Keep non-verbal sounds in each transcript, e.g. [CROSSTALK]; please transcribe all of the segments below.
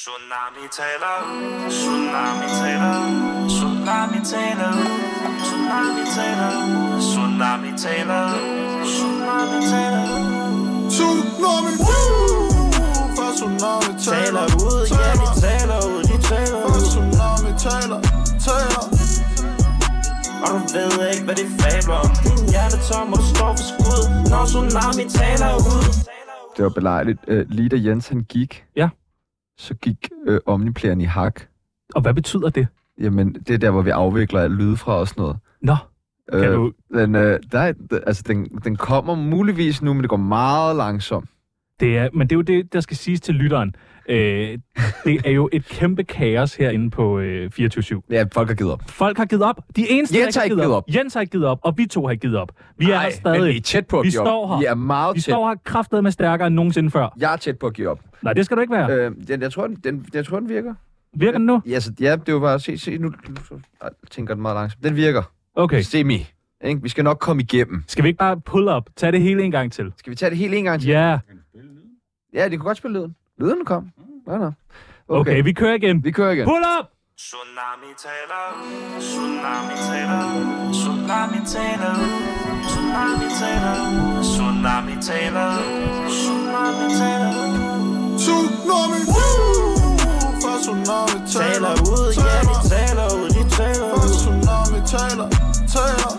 Tsunami taler, tsunami taler, tsunami taler, tsunami taler, tsunami taler, tsunami taler. Tsunami Woo! Fra tsunami Taler ud, ja de taler ud, de taler Fra ud. tsunami taler Taler Og du ved ikke, hvad de fabler om. Din hjerte tom, og du står for skud, når tsunami taler ud. Det var belejligt. Øh, lige da Jens han gik, Ja. så gik øh, omniplæren i hak. Og hvad betyder det? Jamen, det er der, hvor vi afvikler alt lyde fra og sådan noget. Nå, kan øh, du, Den, øh, der er, d- altså, den, den kommer muligvis nu, men det går meget langsomt. det er, men det er jo det, der skal siges til lytteren. Øh, det er jo et kæmpe kaos herinde på øh, 24 Ja, folk har givet op. Folk har givet op. De eneste, Jens der har ikke ikke givet op. Jens har ikke givet op, og vi to har ikke givet op. Vi er her stadig. men vi er tæt på at Vi give op. står her. Vi er meget Vi tæt. står her kraftet med stærkere end nogensinde før. Jeg er tæt på at give op. Nej, det skal du ikke være. Øh, den, jeg, tror, den, den, jeg tror, den virker. Virker den nu? Ja, så, ja det var bare... Se, se nu, nu ej, tænker den meget langsomt. Den virker. Okay. Semi. Ikke? Vi skal nok komme igennem. Skal vi ikke bare pull up? Tag det hele en gang til. Skal vi tage det helt en gang til? Ja, Ja, det kunne godt spille lyden. Lyden kom. Ja, nå. okay, vi kører igen. Vi kører igen. Pull up! Tsunami taler, tsunami taler, tsunami taler, tsunami taler, tsunami taler, tsunami taler. Tsunami Woo! Fra tsunami Taler taler ud, ja de taler ud, de taler Fra ud. tsunami taler Taler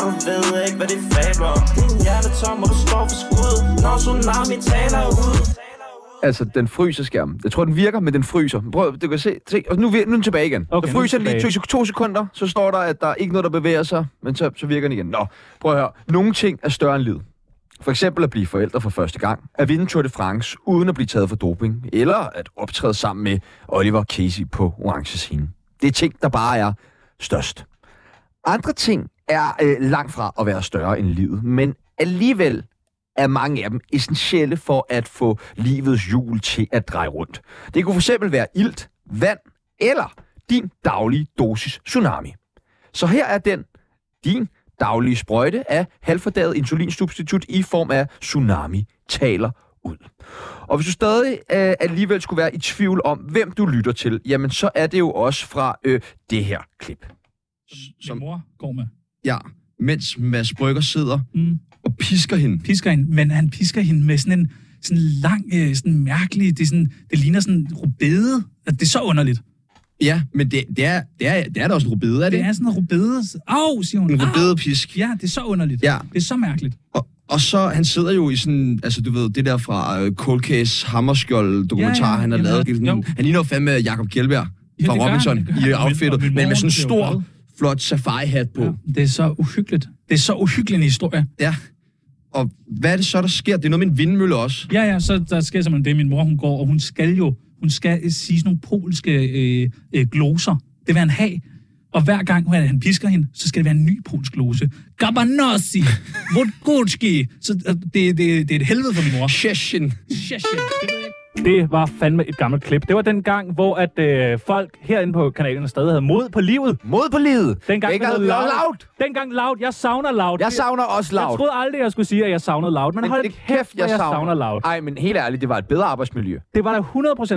Og du ved ikke, hvad de fabler om. Din hjerte tom, og du står for skud, når tsunami taler ud. Altså, den fryser skærmen. Jeg tror, den virker, men den fryser. Prøv, du kan se. se. Og nu, vir- nu er den tilbage igen. Okay, Okay, nu den er den fryser den lige to, to sekunder, så står der, at der er ikke noget, der bevæger sig, men så, så virker den igen. Nå, prøv at høre. Nogle ting er større end livet. For eksempel at blive forældre for første gang, at vinde Tour de France uden at blive taget for doping, eller at optræde sammen med Oliver Casey på orange scene. Det er ting, der bare er størst. Andre ting er øh, langt fra at være større end livet, men alligevel er mange af dem essentielle for at få livets hjul til at dreje rundt. Det kunne fx være ilt, vand eller din daglige dosis tsunami. Så her er den, din daglige sprøjte af halvfordaget insulinsubstitut i form af tsunami taler ud. Og hvis du stadig øh, alligevel skulle være i tvivl om, hvem du lytter til, jamen så er det jo også fra øh, det her klip. Som- mor går med. Ja, mens Mads Brygger sidder Mm. og pisker hende. pisker hende, men han pisker hende med sådan en sådan lang, øh, sådan mærkelig, det, er sådan, det ligner sådan en rubede. Altså, Det er så underligt. Ja, men det, det, er, det, er, det er da også en rubede, er Det er Ah. sådan en rubede. Au, siger hun. En Au. rubedepisk. Ja, det er så underligt. Ja. Det er så mærkeligt. Og, og så, han sidder jo i sådan, altså du ved, det der fra øh, Cold Case Hammerskjold-dokumentar, Ja, ja, han har jamen, lavet. Det er sådan- jo. Han ligner jo fandme Jacob Kjellberg det fra gør han, Robinson det gør i han. outfittet, Og min men med morgen sådan en bliver jo stor, flot safari-hat på. Ja. Det er så uhyggeligt. Det er så uhyggelig en historie. Ja. Og hvad er det så, der sker? Det er noget med en vindmølle også. Ja, ja, så der sker simpelthen det, min mor hun går, og hun skal jo, hun skal øh, sige sådan nogle polske øh, øh, gloser. Det vil han have. Og hver gang han, han pisker hende, så skal det være en ny polsk glose. [LAUGHS] Gabanossi! Vodkutski! Så øh, det, det, det er et helvede for min mor. Sheshin. Shit, shit. Det ved jeg ikke. Det var fandme et gammelt klip. Det var den gang, hvor at øh, folk herinde på kanalen stadig havde mod på livet. Mod på livet. Den gang Ikke med noget loud. Dengang loud. Jeg savner loud. Jeg savner også loud. loud. Jeg troede aldrig, jeg skulle sige, at jeg savnede loud, men, men hold kæft, hvor jeg, jeg savner loud. Ej, men helt ærligt, det var et bedre arbejdsmiljø. Det var da 100% Det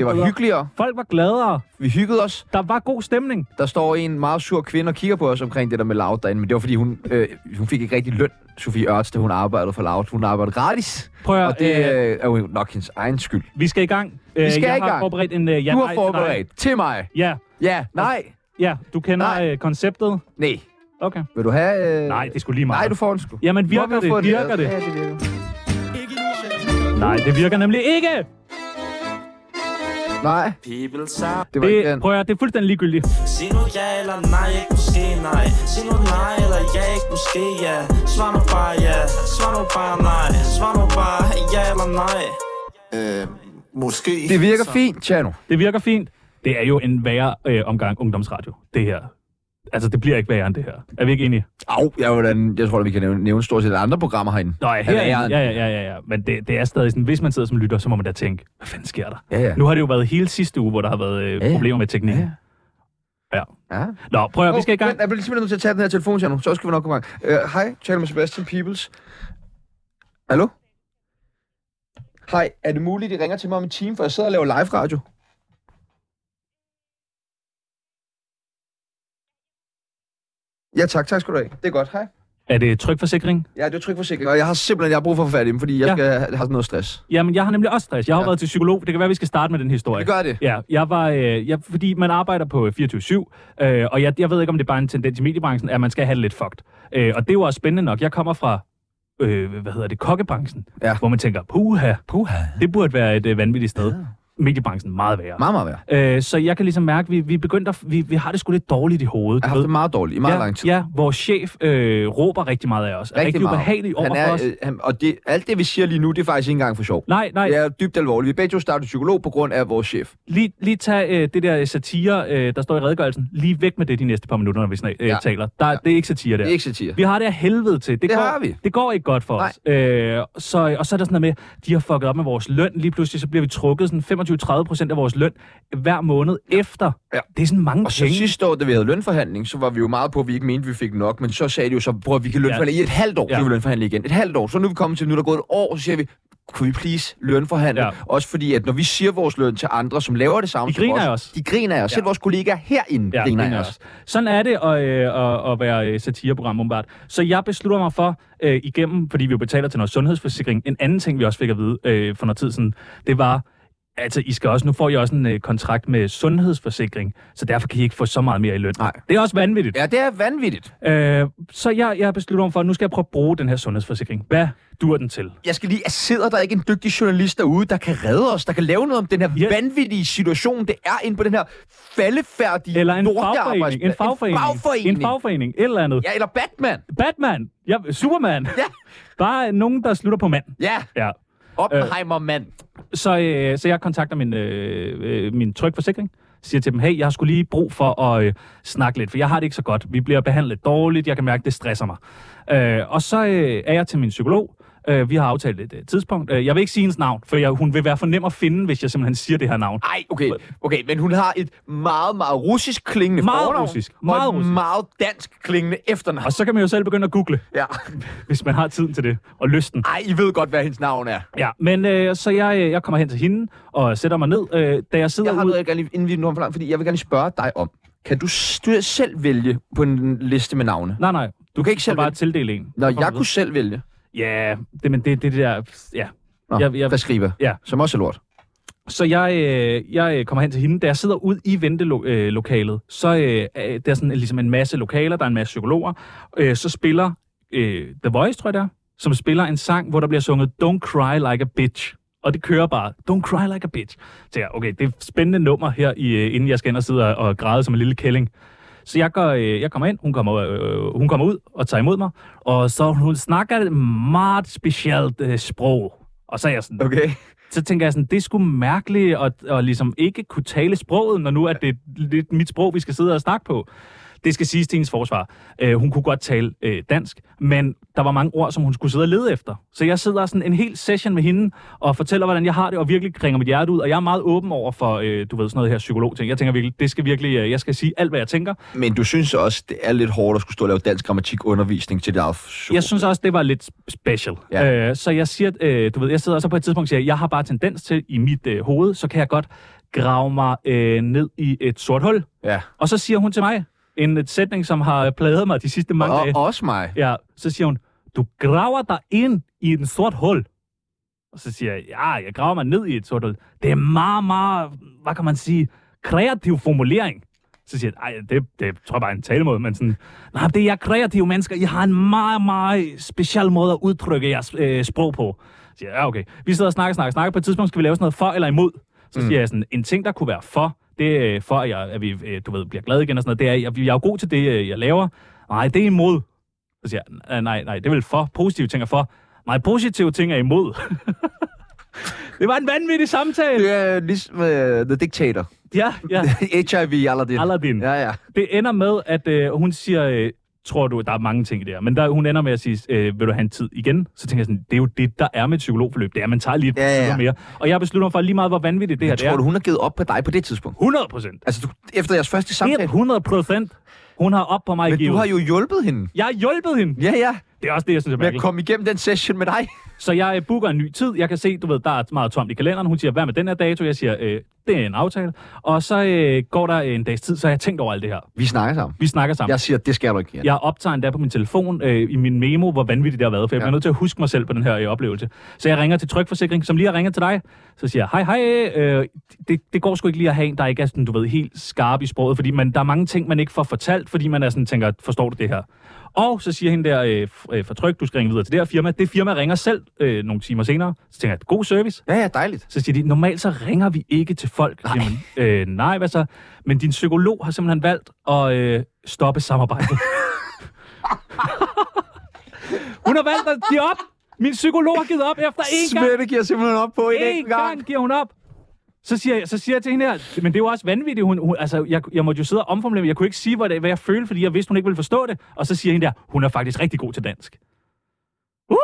var bedre. hyggeligere. Folk var gladere. Vi hyggede os. Der var god stemning. Der står en meget sur kvinde og kigger på os omkring det der med Loud derinde, men det var fordi, hun, øh, hun fik ikke rigtig løn, Sofie Ørts, da hun arbejdede for Loud. Hun arbejdede gratis, Prøv at, og det øh, øh, er jo nok hendes egen skyld. Vi skal i gang. Øh, Vi skal jeg i har gang. forberedt en øh, ja, Ja, du nej har til dig. forberedt til mig. Ja, Ja, nej, ja, du kender Nej. øh, konceptet. nej. Okay. Vil du have... Øh... Nej, det er sgu lige meget. Nej, du får den sgu. Jamen, virker Hvor vil du få det? Virker det? Ja, det virker. Nej, det virker nemlig ikke. Nej, People sound. det var det, ikke Det, den. prøv at, høre, det er fuldstændig ligegyldigt. Sig nu ja eller nej, ikke måske nej Sig nu nej eller ja, ikke måske ja Svar nu bare ja, svar nu bare nej Svar nu bare ja eller nej Øh, måske Det virker fint, Tjano. Det virker fint. Det er jo en værre øh, omgang ungdomsradio, det her. Altså, det bliver ikke værre end det her. Er vi ikke enige? Au, jeg, vil, da- jeg tror, da, vi kan nævne, nævne stort set andre programmer herinde. Nå, ja, Er det her, Altså, ja, æren? ja, ja, ja, ja. Men det, det er stadig sådan, hvis man sidder som lytter, så må man da tænke, hvad fanden sker der? Ja, ja. Nu har det jo været hele sidste uge, hvor der har været øh, Ja, ja. problemer med teknikken. Ja, Ja. Ja. Nå, prøv at, høre, vi skal i gang. Men, jeg bliver simpelthen nødt til at tage den her telefon, Tjerno. Så skal vi nok komme i gang. Øh, Hej, uh, taler med Sebastian Peebles. Hallo? Hej, er det muligt, I ringer til mig om en time, for jeg sidder og laver live radio? Ja, tak. Tak skal du have. Det er godt. Hej. Er det trykforsikring? Ja, det er trykforsikring, og jeg har simpelthen jeg har brug for at få fat i dem, fordi jeg Ja. ja. skal have, have noget stress. Jamen, jeg har nemlig også stress. Jeg har ja. Ja. været til psykolog. Det kan være, vi skal starte med den historie. Vi gør det. Ja, jeg var, øh, jeg, fordi man arbejder på øh, 24-7, øh, og jeg, jeg ved ikke, om det er bare en tendens i mediebranchen, at man skal have det lidt fucked. Øh, og det var spændende nok. Jeg kommer fra, øh, hvad hedder det, kokkebranchen, Ja. hvor man tænker, puha, Puha. det burde være et øh, vanvittigt sted. Mediebranchen meget værre. Meget, meget værd. Øh, så jeg kan ligesom mærke, at vi, vi, begyndte at, vi, vi har det sgu lidt dårligt i hovedet. Jeg du har ved. haft det meget dårligt i meget ja, lang tid. Ja, vores chef øh, råber rigtig meget af os. Rigtig, rigtig ubehagelig over han for er, os. øh, han, og det, alt det, vi siger lige nu, det er faktisk ikke engang for sjov. Nej, nej, Det er dybt alvorligt. Vi er begge to startet psykolog på grund af vores chef. Lige, lige tag øh, det der satire, øh, der står i redegørelsen. Lige væk med det de næste par minutter, når vi snak, øh, ja. Ja. taler. Der, ja. Det er ikke satire der. Det er ikke satire. Vi har det af helvede til. Det går, har vi. Det går ikke godt for Nej. os. Øh, så, og så er der sådan noget med, de har fucket op med vores løn. Lige pludselig så bliver vi trukket sådan 25-30 procent af vores løn hver måned efter. Ja. Det er sådan mange Og så penge. sidste år, da vi havde lønforhandling, så var vi jo meget på, at vi ikke mente, at vi fik nok, men så sagde de jo så, prøv at vi kan lønforhandle ja. i et halvt år, Ja. ja. så kan vi lønforhandle igen. Et halvt år. Så nu er vi kommet til, nu er der gået et år, så siger vi, kunne vi please lønforhandle? Ja. Ja. Også fordi, at når vi siger vores løn til andre, som laver det samme De griner af som os. os, de griner af os. Selv Ja. vores kollegaer herinde Ja, griner det af er os. også. Sådan er det at, øh, at, at være øh, satireprogram, åbenbart. Så jeg beslutter mig for, øh, igennem, fordi vi jo betaler til noget sundhedsforsikring, en anden ting, vi også fik at vide øh, for noget tid siden, det var, altså, I skal også, nu får I også en øh, kontrakt med sundhedsforsikring, så derfor kan I ikke få så meget mere i løn. Nej. Det er også vanvittigt. Ja, det er vanvittigt. Ja. Øh, så jeg, jeg beslutter mig for, at nu skal jeg prøve at bruge den her sundhedsforsikring. Hvad dur den til? Jeg skal lige, sidder der ikke en dygtig journalist derude, der kan redde os, der kan lave noget om den her Ja. yeah. vanvittige situation, det er inde på den her faldefærdige Eller en lortearbejdsplads. fagforening, en fagforening, En fagforening. en fagforening, et eller andet. Ja, eller Batman. Batman, ja, Superman, Ja, bare nogen, der slutter på mand. ja. Ja. Oppenheimer-mand. Så, øh, så jeg kontakter min, øh, øh, min trykforsikring, siger til dem, hey, jeg har skulle lige brug for at øh, snakke lidt, for jeg har det ikke så godt. Vi bliver behandlet dårligt, jeg kan mærke, det stresser mig. Øh, og så øh, er jeg til min psykolog, øh, vi har aftalt et øh, tidspunkt. Øh, jeg vil ikke sige hendes navn, for jeg, hun vil være for nem at finde, hvis jeg simpelthen siger det her navn. Ej, okay, okay, men hun har et meget, meget russisk klingende Meget fornavn, russisk, og meget et russisk. meget dansk klingende efternavn. Og så kan man jo selv begynde at google, Ja. hvis man har tiden til det, og lysten. Ej, I ved godt, hvad hendes navn er. Ja, men øh, så jeg, øh, jeg kommer hen til hende og sætter mig ned, øh, da jeg sidder Jeg har ude... noget, jeg gerne lige, inden vi når for langt, fordi jeg vil gerne lige spørge dig om. Kan du st- selv vælge på en liste med navne? Nej, nej, du kan ikke selv bare vælge. tildele en. Nå, Så får jeg du kunne selv vælge. Ja, det, men det, det, det der... Ja. Nå, Jeg- jeg, jeg- jeg, preskriber, ja. som også er lort. Så jeg, øh, jeg øh, kommer hen til hende. Da jeg sidder ud i ventelokalet, så øh, er der sådan, øh, ligesom en masse lokaler, der er en masse psykologer. Øh, så spiller øh, The Voice, tror jeg der, som spiller en sang, hvor der bliver sunget Don't Cry Like a Bitch. Og det kører bare. Don't cry like a bitch. Så jeg, okay, det er et spændende nummer her, i, øh, inden jeg skal ind og sidde og, og græde som en lille kælling. Så jeg, går, øh, jeg kommer ind, hun kommer, øh, hun kommer ud og tager imod mig, og så hun snakker et meget specielt øh, sprog. Og så er jeg sådan, Okay. så tænker jeg sådan, det er sgu mærkeligt at, at ligesom ikke kunne tale sproget, når nu at det er lidt mit sprog, vi skal sidde og snakke på. Det skal siges til hendes forsvar. Øh, hun kunne godt tale øh, dansk, men der var mange ord, som hun skulle sidde og lede efter. Så jeg sidder sådan en hel session med hende og fortæller, hvordan jeg har det, og virkelig ringer mit hjerte ud. Og jeg er meget åben over for, øh, du ved, sådan noget her psykolog-ting. Jeg tænker virkelig, det skal virkelig, øh, jeg skal sige alt, hvad jeg tænker. Men du synes også, det er lidt hårdt at skulle stå og lave dansk grammatikundervisning til dit eget psykolog. Jeg synes også, det var lidt special. Ja. Ja. Øh, så jeg siger, øh, du ved, jeg sidder og så på et tidspunkt og siger, jeg har bare tendens til i mit øh, hoved, så kan jeg godt grave mig øh, ned i et sort hul. Ja. Og så siger hun til mig en et sætning, som har plaget mig de sidste mange Og, dage. og også mig. Ja, så siger hun, du graver dig ind i et sort hul. Og så siger jeg, ja, jeg graver mig ned i et sort hul. Det er meget, meget, hvad kan man sige, kreativ formulering. Så siger jeg, ej, det, det tror jeg bare er en talemåde, men sådan, nej, det er jer kreative mennesker, I har en meget, meget speciel måde at udtrykke jeres øh, sprog på. Så siger jeg, ja, okay. Vi sidder og snakker, snakker, snakker. På et tidspunkt skal vi lave sådan noget for eller imod. Så siger jeg sådan, en ting, der kunne være for, det øh, for, at, jeg, at vi, øh, du ved, bliver glade igen og sådan noget, det er, jeg, jeg er jo god til det, øh, jeg laver. Nej, det er imod. Så siger jeg, "Nej, nej, nej, det er vel for. Positive ting er for. Nej, positive ting er imod. [LAUGHS] det var en vanvittig samtale. Det er ligesom uh, The Dictator. Ja, [LAUGHS] ja. HIV, Aladdin. Aladdin. Ja, ja. Det ender med, at øh, hun siger, øh, tror du, der er mange ting i det her, men der, hun ender med at sige, øh, vil du have en tid igen? Så tænker jeg sådan, det er jo det, der er med et psykologforløb. Det er, at man tager lige et Ja, ja, ja. ja, ja. mere. Og jeg beslutter mig for lige meget, hvor vanvittigt det her Jeg det er. tror, du, hun har givet op på dig på det tidspunkt. 100 procent. Altså, du, efter jeres første samtale. 100 procent. Hun har op på mig Men givet. du har jo hjulpet hende. Jeg har hjulpet hende. Ja, ja. Det er også det, jeg synes er Men jeg mærkeligt. kom igennem den session med dig. Så jeg øh, booker en ny tid. Jeg kan se, du ved, der er meget tomt i kalenderen. Hun siger, hvad med den her dato? Jeg siger, øh, det er en aftale. Og så øh, går der en dags tid, så har jeg tænkt over alt det her. Vi snakker sammen. Vi snakker sammen. Jeg siger, det skal du ikke. Jan. Jeg optager endda på min telefon øh, i min memo, hvor vanvittigt det har været, for jeg Ja. bliver nødt til at huske mig selv på den her øh, oplevelse. Så jeg ringer til Trykforsikring, som lige har ringet til dig, så siger jeg, hej hej, øh, det, det går sgu ikke lige at have en, der ikke er sådan, du ved, helt skarp i sproget, fordi man, der er mange ting, man ikke får fortalt, fordi man er sådan, tænker, forstår du det her? Og så siger hende der øh, f- øh, fra Tryk, du skal ringe videre til det her firma. Det firma ringer selv øh, nogle timer senere, så tænker jeg, god service. Ja, ja, dejligt. Så siger de, normalt så ringer vi ikke til folk. Nej, Jamen, øh, nej hvad så? Men din psykolog har simpelthen valgt at øh, stoppe samarbejdet. [LAUGHS] hun har valgt at give op. Min psykolog har givet op efter én gang. Svette giver simpelthen op på en En enkelt gang. gang giver hun op. Så siger, jeg, så siger jeg til hende her, men det er jo også vanvittigt. Hun, hun, altså, jeg, jeg måtte jo sidde og omformulere, mig. jeg kunne ikke sige, hvad, det, hvad jeg følte, fordi jeg vidste, hun ikke ville forstå det. Og så siger hende der, hun er faktisk rigtig god til dansk. Uh!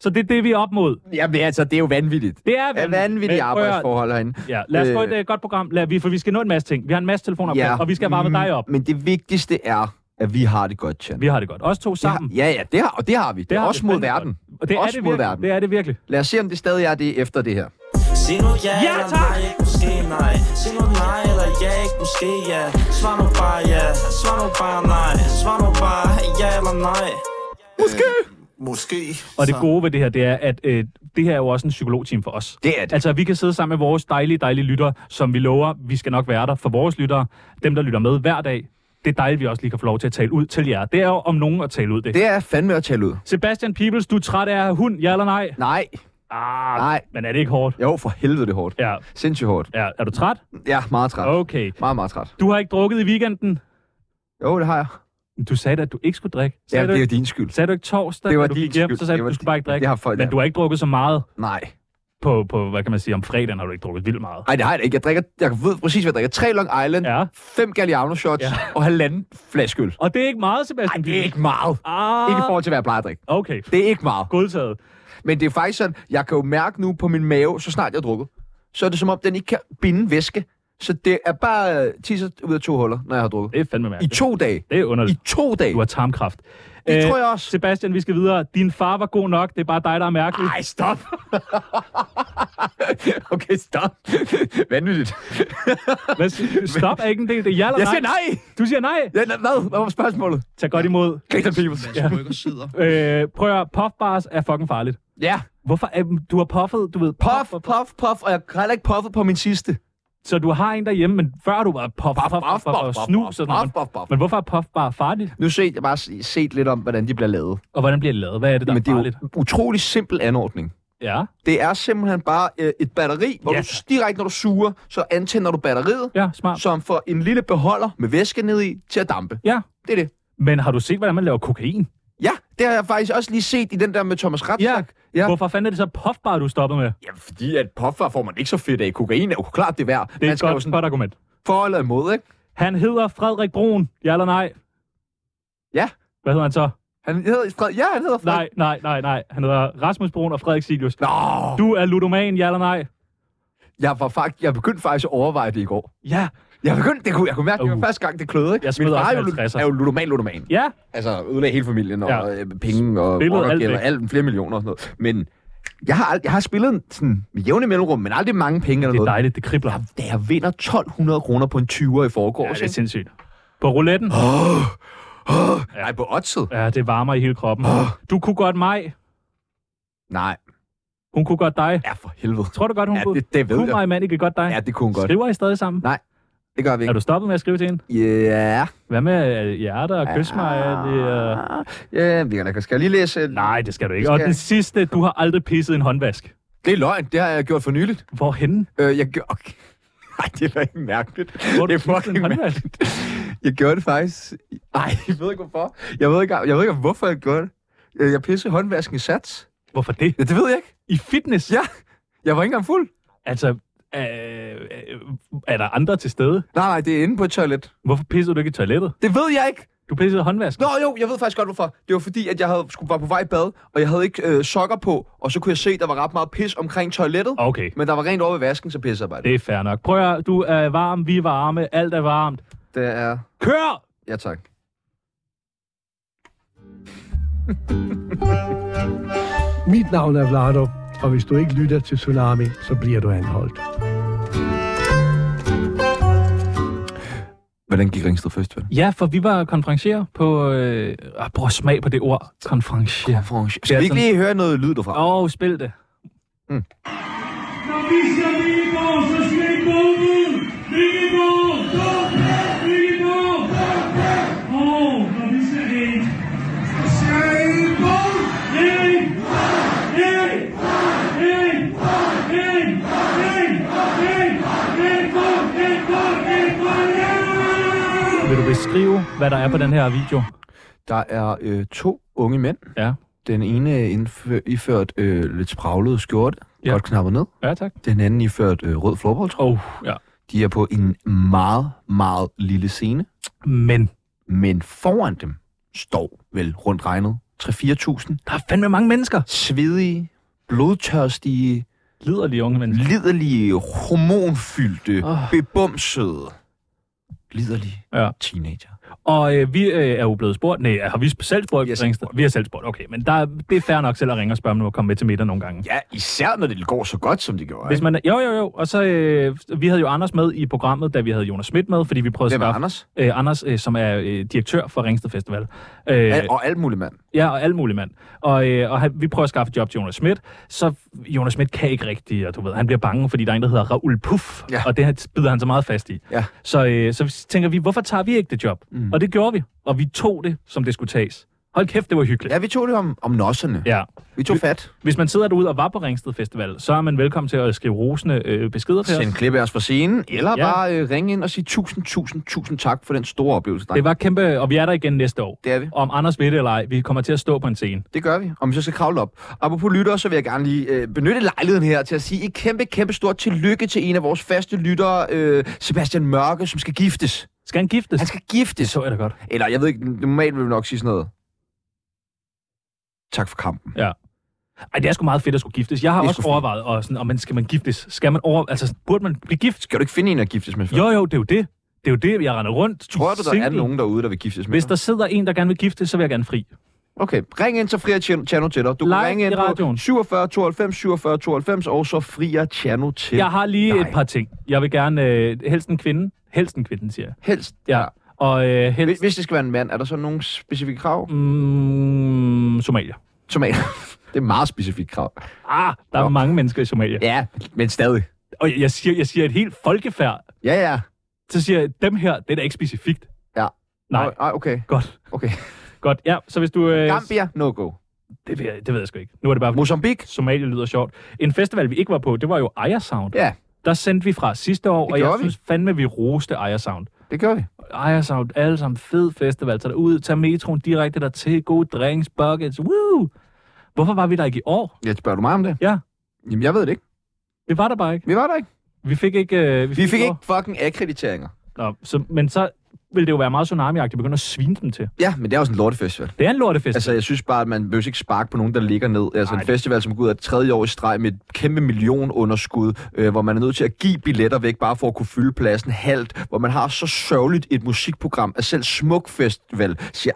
Så det er det, vi er op mod. Jamen altså, det er jo vanvittigt. Det er Det er vanvittige Men prøv at høre, arbejdsforhold herinde. Ja, lad os få et Øh, øh, godt program, lad, vi, for vi skal nå en masse ting. Vi har en masse telefoner ja. på, og vi skal varme mm, dig op. Men det vigtigste er, at vi har det godt, Chan. Vi har det godt. Os to Det har- sammen. Ja, ja, det har, og det har vi. Det, er har også vi mod fandme verden. godt. Og det er også det mod virkelig. verden. Det er det virkelig. Lad os se, om det stadig er det efter det her. Sig nu ja, Ja, eller tak. nej, ikke måske nej Sig nu nej eller ja, ikke måske ja Svar nu bare ja, svar nu bare nej Svar nu bare ja eller nej Måske. Og det Så- gode ved det her, det er, at øh, det her er jo også en psykologteam for os. Det er det. Altså, vi kan sidde sammen med vores dejlige, dejlige lyttere, som vi lover, vi skal nok være der for vores lyttere. Dem, der lytter med hver dag, det er dejligt, vi også lige kan få lov til at tale ud til jer. Det er jo om nogen at tale ud det. det. Det er fandme at tale ud. Sebastian Peebles, du er træt af at have hund, ja eller nej? Nej. Ah, Nej. Men er det ikke hårdt? Jo, for helvede det er hårdt. Ja. Sindssygt hårdt. ja. Er du træt? Ja, meget træt. Okay. Meget, meget træt. Du har ikke drukket i weekenden. Jo, det har jeg. Du sagde, at du ikke skulle drikke. Ja, Sagde du det er jo din skyld. Sagde du ikke torsdag, Det var da du din gik hjem, skyld. så sagde Det du, var du skulle bare ikke din- drikke. det har folk- men du har ikke drukket så meget Nej. på, på, hvad kan man sige, om fredagen har du ikke drukket vildt meget. Nej, det har jeg da ikke. Jeg, drikker, jeg ved præcis, hvad jeg drikker. Tre Long Island, Ja. fem Galliano shots Ja. og halvanden flaske øl. Og det er ikke meget, Sebastian. Det er ikke meget. Ah, Ikke i forhold til, hvad jeg plejer at drikke. okay. Det er ikke meget. Godtaget. Men det er faktisk sådan, jeg kan jo mærke nu på min mave, så snart jeg har drukket, så er det som om, den ikke kan binde væske. Så det er bare øh, tisser ud af to huller, når jeg har drukket. Det er fandme I mærkeligt. to dage. Det er I underligt. to dage. Du har tarmkraft. Det Øh, tror jeg [LAUGHS] også. Sebastian, vi skal videre. Din far var god nok. Det er bare dig, der er mærkelig. Ej, stop. okay, stop. Vanvittigt. [LAUGHS] Hvad siger- Stop er ikke en del. Det er ja eller Jeg siger nej. Du siger nej. Ja, na- hvad? Hvad var spørgsmålet? Tag godt imod. Clayton Peoples. Mads Brygger sidder. Øh, prøv at høre. puffbars er fucking farligt. Ja. Hvorfor? Er, du har puffet, du ved. Puff, puff, puff. Og jeg har heller ikke puffet på min sidste. Så du har en derhjemme, men før du var puff, puff, puff, puff, puff, puff, puff snus og sådan noget. puff, puff, puff. Men hvorfor er puff bare farligt? Nu set jeg bare s- set lidt om, hvordan de bliver lavet. Og hvordan bliver det lavet? Hvad er det, der Men det er er farligt? jo utrolig simpel anordning. Ja. Det er simpelthen bare øh, et batteri, hvor Ja. du direkte, når du suger, så antænder du batteriet, ja, smart. som får en lille beholder med væske ned i til at dampe. Ja. Det er det. Men har du set, hvordan man laver kokain? Ja, det har jeg faktisk også lige set i den der med Thomas Ratzak. Ja. Hvorfor fanden er det så puffbar, du er stoppet med? Ja, fordi at puffer får man ikke så fedt af. Kokain er jo klart det værd. Det er man et skal jo godt, sådan godt argument. for eller imod, ikke? Han hedder Frederik Brun. Ja eller nej? Ja. Hvad hedder han så? Han hedder Fred. Ja, han hedder Fred. Nej, nej, nej, nej. Han hedder Rasmus Brun og Frederik Silius. Nå, Du er ludoman, ja eller nej? jeg, var fakt, jeg begyndte faktisk at overveje det i går. Ja. Jeg begyndte, det kunne, jeg kunne mærke, det Uh. var første gang, det klødede. Ikke? Jeg smider far også er jo, lu- 50'er. er jo ludoman, ludoman. Ja, Altså, ødelagde hele familien og Ja. ja. penge og Spillede alt rockergæld væk. og alt, flere millioner og sådan noget. Men jeg har, ald- jeg har spillet sådan med jævne mellemrum, men aldrig mange penge eller det er noget. dejligt. Det kribler. Da jeg vinder 1200 kroner på en 20'er i Ja, forgårs, det er ja, sindssygt. På rouletten? Nej, på oddset? Ja, det varmer i hele kroppen. Du kunne godt mig. Nej, Hun kunne godt dig. ja for helvede. Tror du godt, hun Ja, kunne? det, det ved Kunne jeg. mig, mand, ikke godt dig? Ja, det kunne hun godt. Skriver I stadig sammen? Det gør vi Er ikke. du stoppet med at skrive til hende? Ja. Hvad med øh, hjerter og kys mig? Er det, øh... Ja, vi kan da skal jeg lige læse. Nej, det skal du ikke. Det Og skal den jeg. sidste, du har aldrig pisset en håndvask. Det er løgn. Det har jeg gjort for nyligt. Hvorhenne? Øh, jeg gjorde... Okay. [LAUGHS] Nej, det var ikke mærkeligt. Hvor det er du fucking en fucking mærkeligt. håndvask? Jeg gjorde det faktisk... Nej, jeg ved ikke hvorfor. Jeg ved ikke, jeg ved ikke hvorfor jeg gjorde det. Øh, Jeg pissede håndvasken i sats. Hvorfor det? Ja, det ved jeg ikke. I fitness? Ja, jeg var ikke engang fuld. Altså, øh, øh, er der andre til stede? Nej, nej, det er inde på et toilet. Hvorfor pissede du ikke i toilettet? Det ved jeg ikke. Du pissede i håndvasken. Nå jo, jeg ved faktisk godt hvorfor. Det var fordi, at jeg havde, skulle var på vej i bad, og jeg havde ikke øh, sokker på, og så kunne jeg se, at der var ret meget pis omkring toilettet. Okay, Men der var rent over ved vasken, så pisser jeg bare det. det er fair nok. Prøv at høre, du er varm, vi er varme, alt er varmt. Det er... Kør! Ja, tak. Mit navn er Vlado, og hvis du ikke lytter til Tsunami, så bliver du anholdt. Hvordan gik Ringsted Festival? Ja, for vi var konferencier på... Øh, ah, bror, smag på det ord. Konferencier. Det Skal er vi ikke sådan- lige høre noget lyd derfra? Åh, oh, spil det. Vil du beskrive, hvad der er på den her video? Der er øh, to unge mænd. Ja. Den ene indfør, iført øh, lidt spraglet skjorte, Ja. ja. godt knappet ned. Ja, tak. Den anden iført øh, rød florboldtrøje. Oh, ja. De er på en meget, meget lille scene, Men men foran dem står vel rundt regnet 3-4.000 der er fandme mange mennesker. svedige, blodtørstige, Liderlige unge mennesker. liderlige, hormonfyldte, Åh. oh. bebumsede, liderlige Ja. ja. teenager. Og øh, vi øh, er jo blevet spurgt. Nej, har vi selv spurgt? Vi er Vi er selv selv spurgt. Vi er selv spurgt. Okay, men der, det er fair nok selv at ringe og spørge, om man må komme med til middag nogle gange. Ja, især når det går så godt, som det gjorde. Hvis Hvis man, man, jo, jo, jo. Og så, øh, vi havde jo Anders med i programmet, da vi havde Jonas Schmidt med, fordi vi prøvede at Hvem er skaffe Anders? øh, Anders, øh, som er øh, direktør for Ringsted Festival. Øh, Al- og alt muligt, mand. Ja, og alt muligt, mand. Og, øh, og han, vi prøver at skaffe et job til Jonas Schmidt, så Jonas Schmidt kan ikke rigtigt, og du ved, han bliver bange, fordi der er en, der hedder Raoul Puff, ja. Ja. og det her bider han så meget fast i. Ja. Så, øh, så tænker vi, hvorfor tager vi ikke det job? Mm. Mm. Og det gjorde vi, og vi tog det, som det skulle tages. Hold kæft, det var hyggeligt. Ja, vi tog det om, om nosserne. Ja. Vi tog fat. Hvis man sidder derude og var på Ringsted Festival, så er man velkommen til at skrive rosende øh, beskeder til Send os. klip af os fra scenen, eller Ja. ja. bare øh, ringe ind og sige tusind, tusind, tusind tak for den store oplevelse, dig. Det var kæmpe, og vi er der igen næste år. Det er vi. Om Anders ved det eller ej, vi kommer til at stå på en scene. Det gør vi, om vi så skal kravle op. Apropos lyttere, så vil jeg gerne lige øh, benytte lejligheden her til at sige et kæmpe, kæmpe stort tillykke til en af vores faste lyttere, øh, Sebastian Mørke, som skal giftes. Skal han giftes? Han skal giftes. Så er det godt. Eller jeg ved ikke, normalt vil vi nok sige sådan noget. Tak for kampen. Ej, det er sgu meget fedt at skulle giftes. Jeg har Det er sgu også fedt. overvejet, og sådan, om man skal man giftes? Skal man over... Altså, burde man blive gift? Skal du ikke finde en at giftes med? før? Jo, jo, det er jo det. Det er jo det, jeg render rundt. Tror du, der er single. nogen derude, der vil giftes med? Hvis dig? der sidder en, der gerne vil giftes, så vil jeg gerne fri. Okay, ring ind til Fria Tjerno- Tjerno til dig. Du Live kan ringe i ind på radioen. 47 92 47 92, og så Fria Tjerno til Jeg har lige dig. et par ting. Jeg vil gerne... Øh, helst en kvinde. Helst en kvinde, siger jeg. Helst. Ja. Og øh, helst... Hvis, hvis det skal være en mand, er der så nogle specifikke krav? Mm, Somalia. Tomater. [LAUGHS] det er meget specifikt krav. Ah, der er Nå. mange mennesker i Somalia. Ja, men stadig. Og jeg- jeg siger, jeg siger et helt folkefærd. Ja, ja. Så siger jeg, dem her, det er da ikke specifikt. Ja. Nej, Nå, Ej, okay. godt. okay. Godt, ja. Så hvis du... Øh, Gambia, no go. det, ved jeg, det ved jeg sgu ikke. Nu er det bare... Mozambique, Somalia lyder sjovt. En festival, vi ikke var på, det var jo Aya Sound. Ja. Der sendte vi fra sidste år, Det og jeg gjorde vi. synes fandme, vi roste Aya Sound. det gør vi. Aya Sound, alle sammen fed festival. Tag derud, tag metroen direkte dertil, gode drinks, buckets, woo! Hvorfor var vi der ikke i år? Jeg spørger du mig om det? Ja. Jamen, jeg ved det ikke. Vi var der bare ikke. Vi var der ikke. Vi fik ikke... Øh, Vi fik år. ikke fucking akkrediteringer. Nå. Nå, så, men så ville det jo være meget tsunami at begynde at svine dem til. Ja, men det er også en lortefestival. Det er en lortefest. Altså, jeg synes bare, at man behøver ikke sparke på nogen, der ligger ned. Altså, Ej. en festival, som går ud af tredje år i streg med et kæmpe millionunderskud, øh, hvor man er nødt til at give billetter væk, bare for at kunne fylde pladsen halvt, hvor man har så sørgeligt et musikprogram, at selv Smuk Festival siger,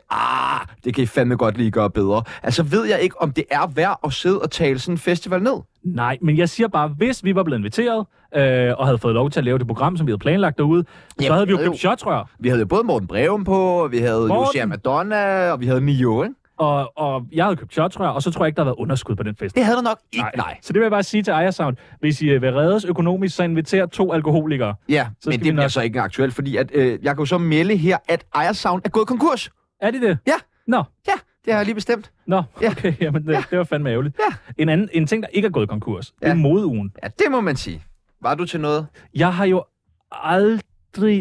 ah, det kan I fandme godt lige gøre bedre. Altså, ved jeg ikke, om det er værd at sidde og tale sådan en festival ned? Nej, men jeg siger bare, hvis vi var blevet inviteret, øh, og havde fået lov til at lave det program, som vi havde planlagt derude, så Jamen, havde vi jo jo. købt shotrør. Vi havde jo både Morten Breum på, og vi havde Morten! Lucia Madonna, og vi havde Mio, ikke? Og, og jeg havde købt shotrør, og så tror jeg ikke, der har været underskud på den fest. Det havde der nok ikke, nej. Så det vil jeg bare sige til Ejersound. Hvis I øh, vil reddes økonomisk, så inviter to alkoholikere. Ja, Så skal men vi det bliver nok- så ikke aktuelt, fordi at, øh, jeg kan jo så melde her, at Ejersound er gået konkurs. Er det det? Ja. Nå, Ja, det har jeg lige bestemt. nå. Ja. Okay, [LAUGHS] jamen, det, det var fandme ærgerligt. Ja. En, anden, en ting, der ikke er gået konkurs, ja. det er Ja. modeugen. Ja, det må man sige. Var du til noget? Jeg har jo aldrig...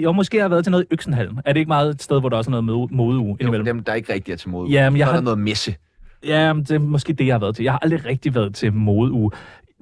Jo, måske har jeg været til noget i Øksenhalm. Er det ikke meget et sted, hvor der også er noget mode- modeuge? Det er jo for indimellem? dem, der ikke rigtig er til mode. Jamen, jeg så er har- der noget messe. Ja, men det er måske det, jeg har været til. Jeg har aldrig rigtig været til modeuge.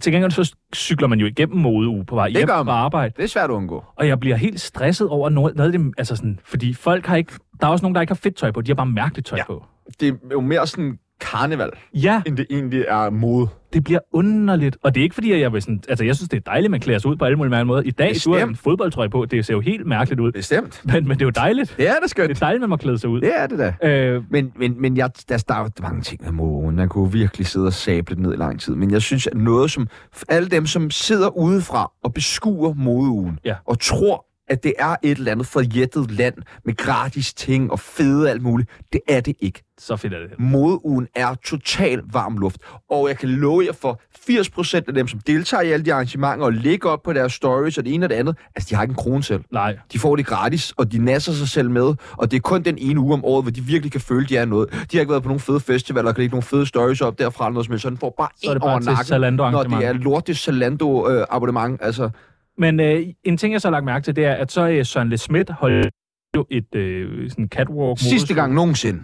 Til gengæld så cykler man jo igennem modeuge på vej hjem gør man. fra arbejde, Det er svært at undgå. og jeg bliver helt stresset over noget, noget af det, altså sådan, fordi folk har ikke, der er også nogen, der ikke har fedt tøj på, de har bare mærkeligt tøj ja. på. Det er jo mere sådan karneval, Ja, end det egentlig er mode. Det bliver underligt. Og det er ikke fordi, at jeg vil sådan... Altså, jeg synes, det er dejligt, at man klæder sig ud på alle mulige mærkelige måder. I dag, du har en Bestemt. fodboldtrøje på. Det ser jo helt mærkeligt ud. Bestemt. Men, men det er jo dejligt. Det er da Det er skønt. dejligt, man må klæde sig ud. Det er det da. Øh, Men, men, men jeg, der, der er jo mange ting med mågen. Man kunne jo virkelig sidde og sable det ned i lang tid. Men jeg synes, at noget som... Alle dem, som sidder udefra og beskuer modeugen, Ja. og tror, at det er et eller andet forjættet land med gratis ting og fede alt muligt. Det er det ikke. så fedt er det. Modeugen er total varm luft. Og jeg kan love jer for 80% af dem, som deltager i alle de arrangementer og ligger op på deres stories og det ene og det andet, altså de har ikke en krone selv. Nej. De får det gratis, og de nasser sig selv med, og det er kun den ene uge om året, hvor de virkelig kan føle, de er noget. De har ikke været på nogen fede festivaler, kan ikke nogen fede stories op derfra, eller noget som helst. Så den får bare Så er det én bare over til nakken, når Zalando-arrangement. det er lortet Zalando-abonnement. Altså, Men øh, en ting, jeg så har lagt mærke til, det er, at så øh, Søren Le Schmidt holdt jo et øh, sådan catwalk sidste gang nogensinde.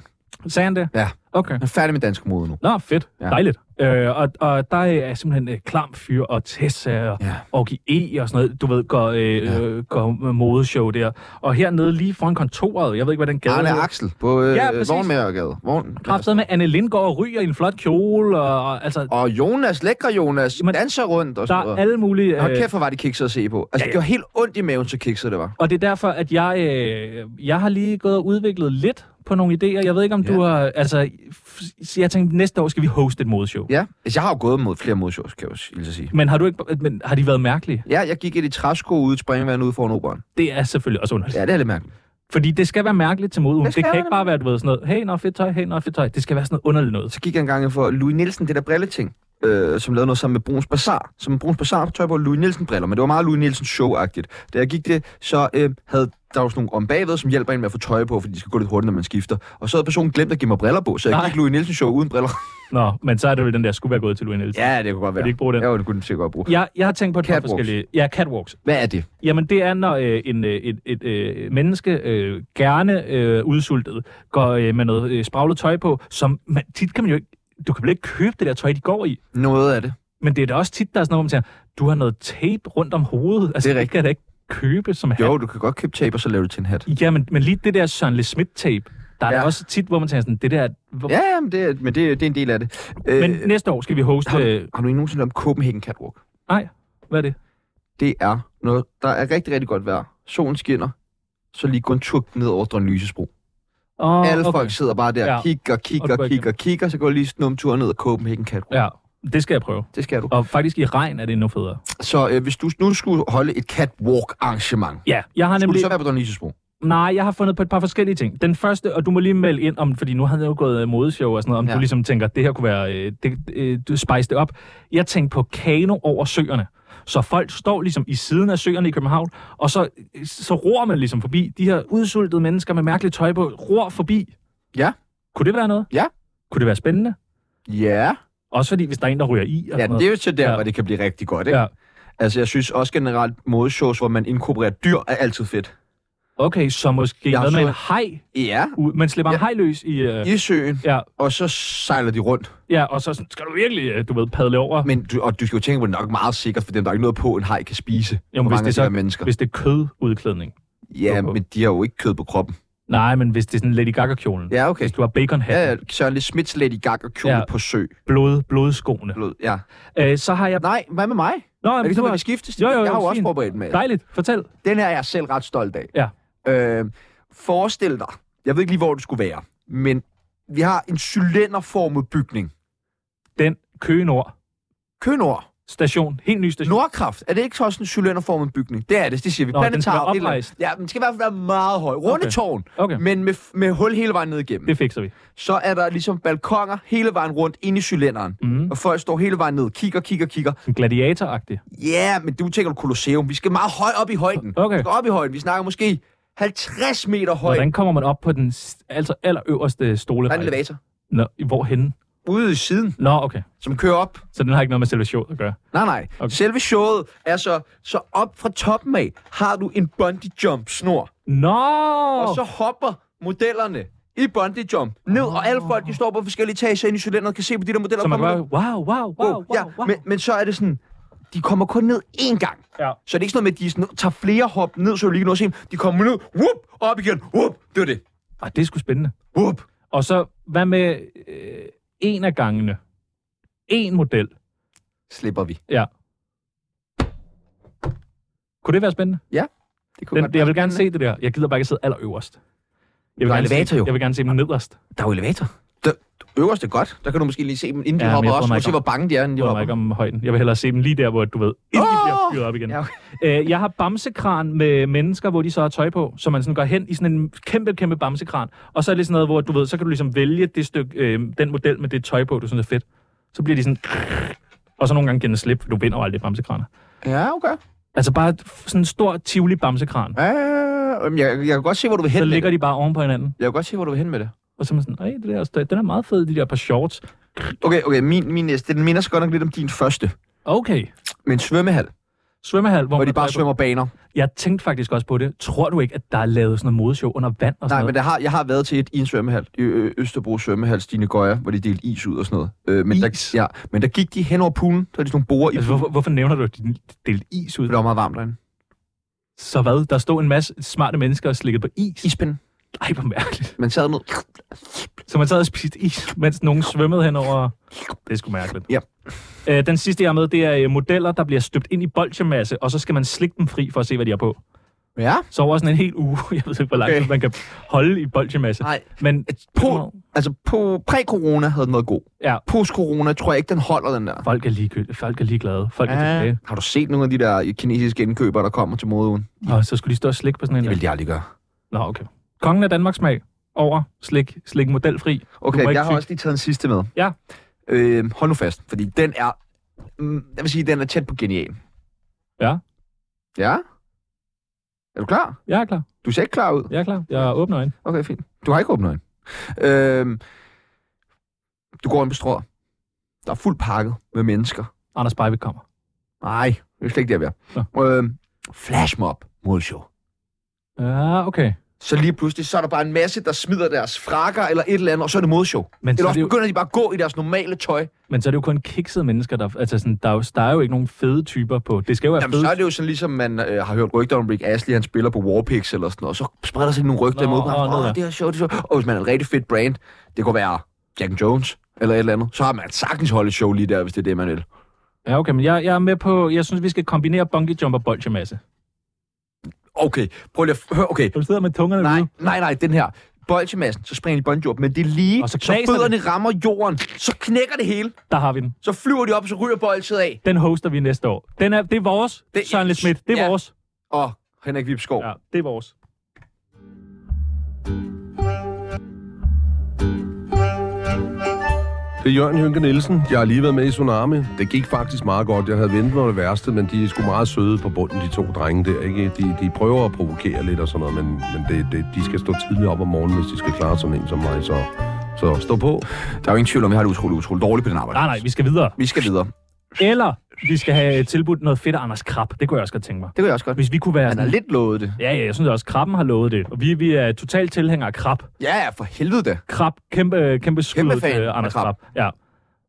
Sagde han det? Ja. Okay. Jeg er færdig med dansk mode nu. Nå, fedt. Ja. Ja. Dejligt. Øh, og, og der er simpelthen øh, Klam Fyr og Tessa og, ja. Ja. og E og sådan noget. Du ved, går, øh, Ja. ja. går med modeshow der. Og hernede lige foran kontoret, jeg ved ikke, hvad den gade Arne hedder. Axel på øh, Ja, ja, præcis. Vognmagergade. Vogn... Kraftedeme med Anne Lindgaard og ryger i en flot kjole. Og, og, altså, Og Jonas, lækre Jonas, Jamen, danser rundt og der sådan er noget. alle mulige... øh, Hold kæft, hvor var de kikser at se på. Altså, ja. det gjorde helt ondt i maven, så kikser det var. Og det er derfor, at jeg, øh, jeg har lige gået og udviklet lidt på nogle idéer. Jeg ved ikke, om ja. du Ja. har... Altså, f- jeg tænkte, næste år skal vi hoste et modeshow. Ja. Ja, altså, jeg har jo gået mod flere modshows, kan jeg jo hilse at sige. Men har, du ikke, men har de været mærkelige? Ja, jeg gik i de træsko ude i springvandet ude foran operan. Det er selvfølgelig også underligt. Ja, Ja. det er lidt mærkeligt. Fordi det skal være mærkeligt til modeugen. Det skal Det, det kan være ikke bare det. være, du ved, sådan noget, hey, nå, fedt tøj, hey, nå, fedt tøj. Det skal være sådan noget underligt noget. Så gik jeg engang for Louis Nielsen, det der brilleting, øh, som lavede noget sammen med Bruns Bazaar. Som Bruns Bazaar tøj på Louis Nielsen briller, men det var meget Louis Nielsen show-agtigt. Da jeg gik det, så øh, havde der var sådan nogle om bagved, som hjælper en med at få tøj på, fordi de skal gå lidt hurtigt, når man skifter. Og så havde personen glemt at give mig briller på, så jeg Nej. Nej. gik Louis Nielsen show uden briller. Nå, men så er det vel den der, skulle være gået til Louis Nielsen. ja, det kunne godt Kan være. de ikke bruge den? Ja, det kunne den sikkert godt bruge. Jeg, jeg har tænkt på et par Catwalks. forskellige... Ja, catwalks. Hvad er det? Jamen, det er, når øh, en, øh, et, et øh, menneske, øh, gerne øh, udsultet, går øh, med noget øh, spraglet tøj på, som man, tit kan man jo ikke... Du kan vel ikke købe det der tøj, de går i? Noget af det. Men det er da også tit, der er sådan noget, hvor man siger, du har noget tape rundt om hovedet. Altså, Det det, er det kan jeg da ikke købe som hat. Jo, du kan godt købe tape, og så lave det til en hat. Ja, men, men lige det der Søren Le Schmidt-tape, der er ja. Ja. der også tit, hvor man tænker sådan, det der... Hvor... Ja, ja, men det, er- men det, det er en del af det. Øh, Men øh, næste år skal vi hoste... har, du, Øh, har du ikke nogensinde om Copenhagen Catwalk? nej, hvad er det? det er, når der er rigtig, rigtig godt vejr, solen skinner, så lige gå en tur ned over Dronning Lyses bro. Oh, Okay. Alle folk sidder bare der Ja. ja. kigger, Og du kigger, går kigger, kigger, så går lige sådan en tur ned ad Copenhagen Cat. Ja, det skal jeg prøve. Det skal du. Og faktisk i regn er det endnu federe. Så øh, hvis du nu skulle holde et catwalk-arrangement, Ja, jeg har skulle nemlig... det så være på Dronning Lyses bro? Nej, jeg har fundet på et par forskellige ting. Den første, og du må lige melde ind om, fordi nu havde jeg jo gået øh, modeshow og sådan noget, om ja. Ja. du ligesom tænker, det her kunne være, øh, det, øh, du spice det op. Jeg tænkte på kano over søerne. Så folk står ligesom i siden af søerne i København, og så, øh, så ror man ligesom forbi. De her udsultede mennesker med mærkeligt tøj på, ror forbi. Ja. Kunne det være noget? Ja. Kunne det være spændende? Ja, Også fordi, hvis der er en, der ryger i. Og ja sådan noget. det er jo så der, Ja. ja. hvor det kan blive rigtig godt, ikke? Ja. Ja. Altså, jeg synes også generelt, modeshows, hvor man inkorporerer dyr, er altid fedt. Okay, så måske Jeg har noget med en så- hej. Ja, ud- Man slipper en Ja. hej løs i... Øh, i søen, ja, og så sejler de rundt. ja, og så sådan, skal du virkelig, øh, du ved, padle over. Men du, og du skal jo tænke på, det er nok meget sikkert, for dem, der er ikke noget på, en haj kan spise. Jo, Jo, men hvor hvis mange det af de så- her mennesker. Hvis det er kødudklædning. Ja, Okay. men de har jo ikke kød på kroppen. Nej, men hvis det er sådan Lady Gaga-kjolen. Ja, okay. Hvis du har baconhat, Ja, ja, ja. Søren Le Smits Lady Gaga kjole Ja. ja. på sø. blod, blodskoene. Blod. Ja. Øh, så har jeg... Nej, hvad med mig? Nå, Er det jamen, ikke du sådan, har... man kan skiftes? Jo, jo, jo, jeg har jo også fint. forberedt med. Dejligt, fortæl. Den her er jeg selv ret stolt af. Ja. Øh, forestil dig, jeg ved ikke lige, hvor du skulle være, men vi har en cylinderformet bygning. Den Køge Nord Kønord. station, helt ny station. Nordkraft. Er det ikke også en cylinderformet bygning? Det er det, det siger vi. Nå, den skal Planetarium, være et eller andet. oprejst. Ja, den skal i hvert fald være meget høj. Okay. Runde tårn, Okay, men med, med hul hele vejen ned igennem. det fikser vi. Så er der ligesom balkonger hele vejen rundt inde i cylinderen. Mhm. Og folk står hele vejen ned, kigger, kigger, kigger. En gladiator-agtig. Ja, yeah, men du tænker du Colosseum. Vi skal meget højt op i højden. Okay. Vi skal op i højden. Vi snakker måske 50 meter højt. Hvordan kommer man op på den s- altså allerøverste Der er en stolerække? elevator. Nå, i- hvorhenne? Ude i siden, Nå, okay. som kører op. Så den har ikke noget med selve showet at gøre. Nej, nej. Okay. Okay. Selve showet er så, så op fra toppen af, har du en bungee jump snor. Nå! Oh. Og så hopper modellerne i bungee jump ned, og alle folk, de står på forskellige etager inde i cylinderen, kan se på de der modeller. så man komme bare, ned. wow, wow, wow, wow, ja, wow. Men, men så er det sådan, de kommer kun ned én gang. Ja. Så det er ikke sådan noget med, at de sådan, tager flere hop ned, så du lige kan nå at se dem. De kommer ned, whoop, op igen, whoop, det var det. Ah, det er sgu spændende. Whoop. Og så, hvad med øh, en af gangene? En model slipper vi. Ja. Kunne det være spændende? Det kunne Den, godt jeg være vil gerne se spændende. det der. Jeg gider bare ikke sidde allerøverst. Jeg Der er gerne elevator se, jo. Jeg vil gerne se dem nederst. Der er jo elevator. Der, øverst er godt. Der kan du måske lige se dem, inden de Ja, men hopper jeg bryder også. mig Og ikke se, om- hvor bange de er, inden de Jeg bryder mig ikke hopper. om højden. Jeg vil hellere se dem lige der, hvor du ved, inden de bliver Åh! fyret op igen. Ja, [LAUGHS] Øh, jeg har bamsekran med mennesker, hvor de så har tøj på, så man sådan går hen i sådan en kæmpe, kæmpe bamsekran. Og så er det sådan noget, hvor du ved, så kan du ligesom vælge det stykke, øh, den model med det tøj på, du synes er fedt. Så bliver de sådan... Og så nogle gange giver den slip, for du vinder jo aldrig bamsekraner. Ja, okay. Altså bare et f- sådan en stor, tivoli bamsekran. Ja, jamen, jeg, jeg kan godt se, hvor du vil hen Så med ligger det. de bare oven på hinanden. Jeg kan godt se, hvor du vil hen med det. Og så er man sådan, Ej, det der, er også- den er meget fed, de der par shorts. Okay, okay, min, min næste, den minder så godt nok lidt om din første. Okay. Men en svømmehal, Svømmehal, hvor, hvor man de har bare tøj på. svømmer baner. Jeg tænkte faktisk også på det. Tror du ikke, at der er lavet sådan noget modeshow under vand og sådan Nej, men noget? der har, jeg har været til et i en svømmehal, i Ø- Østerbro svømmehal, Stine Gøjer, hvor de delte is ud og sådan noget. Øh, men Is? Der, ja, men der gik de hen over poolen, der var de sådan nogle borer i Altså, poolen, hvorfor, hvorfor nævner du, at de delte is ud? for der var meget varmt derinde. Så hvad? Der stod en masse smarte mennesker og slikkede på is. Ispind. Ej, hvor mærkeligt. Man sad ned. Så man sad og spiste is, mens nogen svømmede henover. Det er sgu mærkeligt. Ja. Æ, den sidste, jeg har med, det er øh, modeller, der bliver støbt ind i bolchemasse, og så skal man slikke dem fri for at se, hvad de har på. Ja. Så over sådan en hel uge, [LAUGHS] jeg ved ikke, hvor lang Okay. Ah, tid man kan holde i bolchemasse. Nej. Men På, altså på præ-corona havde den noget god. Ja. Post-corona tror jeg ikke, den holder den der. folk er ligegyldige, folk er ligeglade, folk er tilbage. Har du set nogle af de der kinesiske indkøbere, der kommer til modeugen? Og så skulle de stå og slikke på sådan en. Det vil de aldrig gøre. Nå, okay. Kongen af Danmarks smag over slik, slik modelfri. Okay, må ikke jeg har tygge. også lige taget en sidste med. Ja. Øh, hold nu fast, fordi den er... Mm, jeg vil sige, den er tæt på genial. Ja. Ja? Er du klar? Jeg er klar. Du ser ikke klar ud. Jeg er klar. Jeg åbner øjnene. Okay, fint. Du har ikke åbnet øjne. Øh, du går ind på strået. Der er fuldt pakket med mennesker. Anders Breivik kommer. Nej, det er slet ikke det, jeg er. Øh, flashmob modshow. Ja, Ah, okay. Så lige pludselig, så er der bare en masse, der smider deres frakker eller et eller andet, og så er det modshow. Men så, Eller er det også jo, begynder de bare at gå i deres normale tøj. men så er det jo kun kiksede mennesker, der... Altså, sådan, der, er jo, der er jo ikke nogen fede typer på... Det skal jo være Jamen, fede... så er det jo sådan, ligesom man øh, har hørt rygter om Rick Astley, han spiller på Warpix eller sådan noget, og så spreder sig nogle rygter Nå, imod på ham. åh, nå, Åh, ja. det er sjovt, det er sjovt. Og hvis man er en rigtig fedt brand, det kunne være Jack and Jones eller et eller andet, så har man sagtens holdt et show lige der, hvis det er det, man vil. Ja, okay, men jeg, jeg er med på... Jeg synes, vi skal kombinere bungee jump og bolchemasse. Okay, prøv lige at f- hør, okay. Du sidder med tungerne Nej, nej, nej, den her. Bolchemassen, så springer de bungee op, men det er lige, Og så så, knaser så fødderne rammer jorden, så knækker det hele, Der har vi den. så flyver de op, så ryger bolchet af, Den hoster vi næste år. Den er, det er vores, det, Det- Søren Lidt Schmidt. Det er Ja. vores. og Henrik Vibskov. Ja, det er vores. Det er Jørgen Hynke Nielsen. Jeg har lige været med i Tsunami. Det gik faktisk meget godt. Jeg havde ventet mig det værste, men de er sgu meget søde på bunden, de to drenge der. Ikke? De, de prøver at provokere lidt og sådan noget, men, men det, det, de skal stå tidligt op om morgenen, hvis de skal klare sådan en som mig. Så, så stå på. Der er jo ingen tvivl om, vi har det utroligt, utroligt dårligt på den arbejde. Nej, nej, vi skal videre. Vi skal videre. Eller vi skal have tilbudt noget fedt af Anders Krab. Det kunne jeg også godt tænke mig. Det kan jeg også godt. Hvis vi kunne være Han har sådan- lidt lovet det. Ja, ja, jeg synes også, Krabben har lovet det. Og vi, vi er totalt tilhængere af Krab. Ja, ja, for helvede da. Krab, kæmpe, kæmpe skud Kæmpe fan til af Anders Krab. Krab. Ja.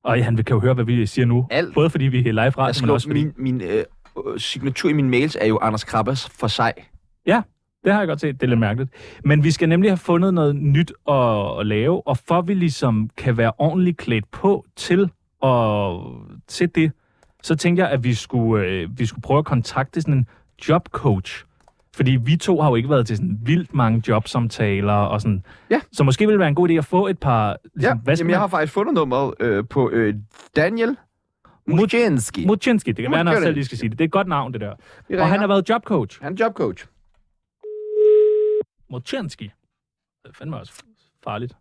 Og han kan jo høre, hvad vi siger nu. Alt. Både fordi vi er live radio, Jeg men skriver, også fordi... Altså, min, min øh, øh, signatur i mine mails er jo Anders Krabbers for sig. Ja, det har jeg godt set. Det er lidt mærkeligt. Men vi skal nemlig have fundet noget nyt at, at lave, og for vi ligesom kan være ordentligt klædt på til, og, til det, så tænkte jeg, at vi skulle, øh, vi skulle prøve at kontakte sådan en jobcoach. Fordi vi to har jo ikke været til sådan vildt mange jobsamtaler og sådan. Ja. Så måske ville det være en god idé at få et par... Ja, Ligesom, Jamen, man- jeg har faktisk fundet nummeret øh, på øh, Daniel Mujenski. Muchinski, det kan være, han også Muchinski. selv lige skal sige det. Det er et godt navn, det der. Vi Og han ringer. har været jobcoach. Han er jobcoach. Muchinski. Det er fandme også farligt.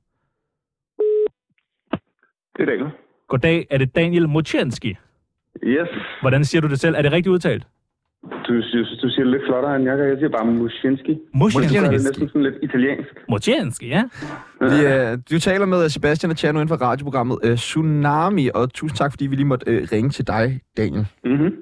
Det er Daniel. Goddag, er det Daniel Muchinski? Yes. Hvordan siger du det selv? Er det rigtigt udtalt? Du, du, du siger det lidt flottere end jeg gør. Jeg siger bare Muschinski. Så er det næsten Muchinski. sådan lidt [LAUGHS] italiensk. Muchinski, ja. Vi, øh, du taler med øh, Sebastian og Tjerno inden for radioprogrammet øh, Tsunami, og tusind tak, fordi vi lige måtte øh, ringe til dig, Daniel. Mm-hmm.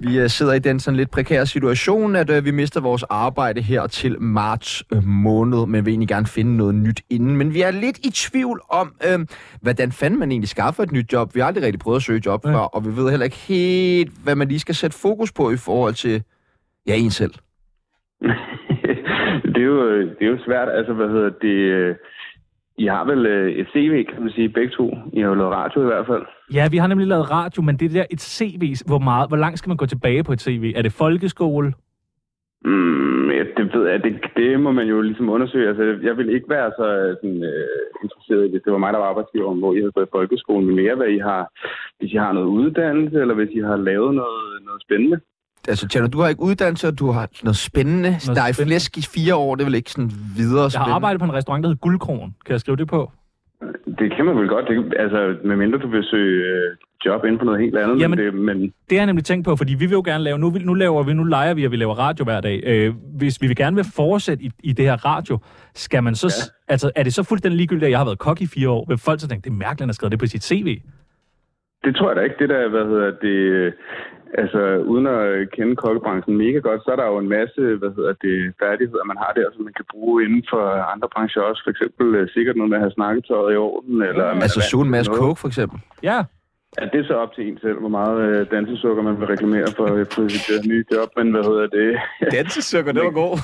Vi øh, sidder i den sådan lidt prekære situation, at øh, vi mister vores arbejde her til marts øh, måned, men vil egentlig gerne finde noget nyt inden. Men vi er lidt i tvivl om, øh, hvordan fanden man egentlig skaffer et nyt job. Vi har aldrig rigtig prøvet at søge job Nej. før, og vi ved heller ikke helt, hvad man lige skal sætte fokus på i forhold til ja, en selv. det, er jo, øh, det er jo svært. Altså, hvad hedder det... øh, I har vel øh, et CV, kan man sige, begge to. I har jo lavet radio i hvert fald. Ja, vi har nemlig lavet radio, men det der et CV, hvor, meget, hvor langt skal man gå tilbage på et CV? Er det folkeskole? Mm, ja, det ved jeg, det, det må man jo ligesom undersøge. Altså, jeg ville ikke være så øh, sådan, øh, interesseret i, hvis det var mig, der var arbejdsgiver, hvor I havde gået i folkeskolen, men mere, hvad I har, hvis I har noget uddannelse, eller hvis I har lavet noget, noget spændende. Altså, Tjerno, du har ikke uddannelse, og du har noget spændende. Noget der er spændende. flæsk i fire år, det er vel ikke sådan videre Jeg har spændende? arbejdet på en restaurant, der hedder Guldkrogen. Kan jeg skrive det på? Det kan man vel godt, det, kan- altså, medmindre du vil søge øh, job inden for noget helt andet. Jamen- men, det, men Det har jeg nemlig tænkt på, fordi vi vil jo gerne lave, nu, vil- nu, laver vi, nu leger vi, at vi laver radio hver dag. Øh, hvis vi vil gerne vil fortsætte i, i det her radio, skal man så, ja. altså, er det så fuldstændig ligegyldigt, at jeg har været kok i fire år? Vil folk så tænke, det er mærkeligt, at han har skrevet det på sit CV? Det tror jeg da ikke. Det der, hvad hedder det... øh, Altså, uden at øh, kende kokkebranchen mega godt, så er der jo en masse, hvad hedder det, færdigheder, man har der, som man kan bruge inden for andre brancher også. For eksempel øh, sikkert noget med at have snakketøjet i orden, eller... at man Altså, er vant suge en til masse noget. coke, for eksempel. Ja, Ja, det er så op til en selv, hvor meget øh, dansesukker man vil reklamere for, øh, på sit øh, nye job, men hvad hedder det? Dansesukker, det var god.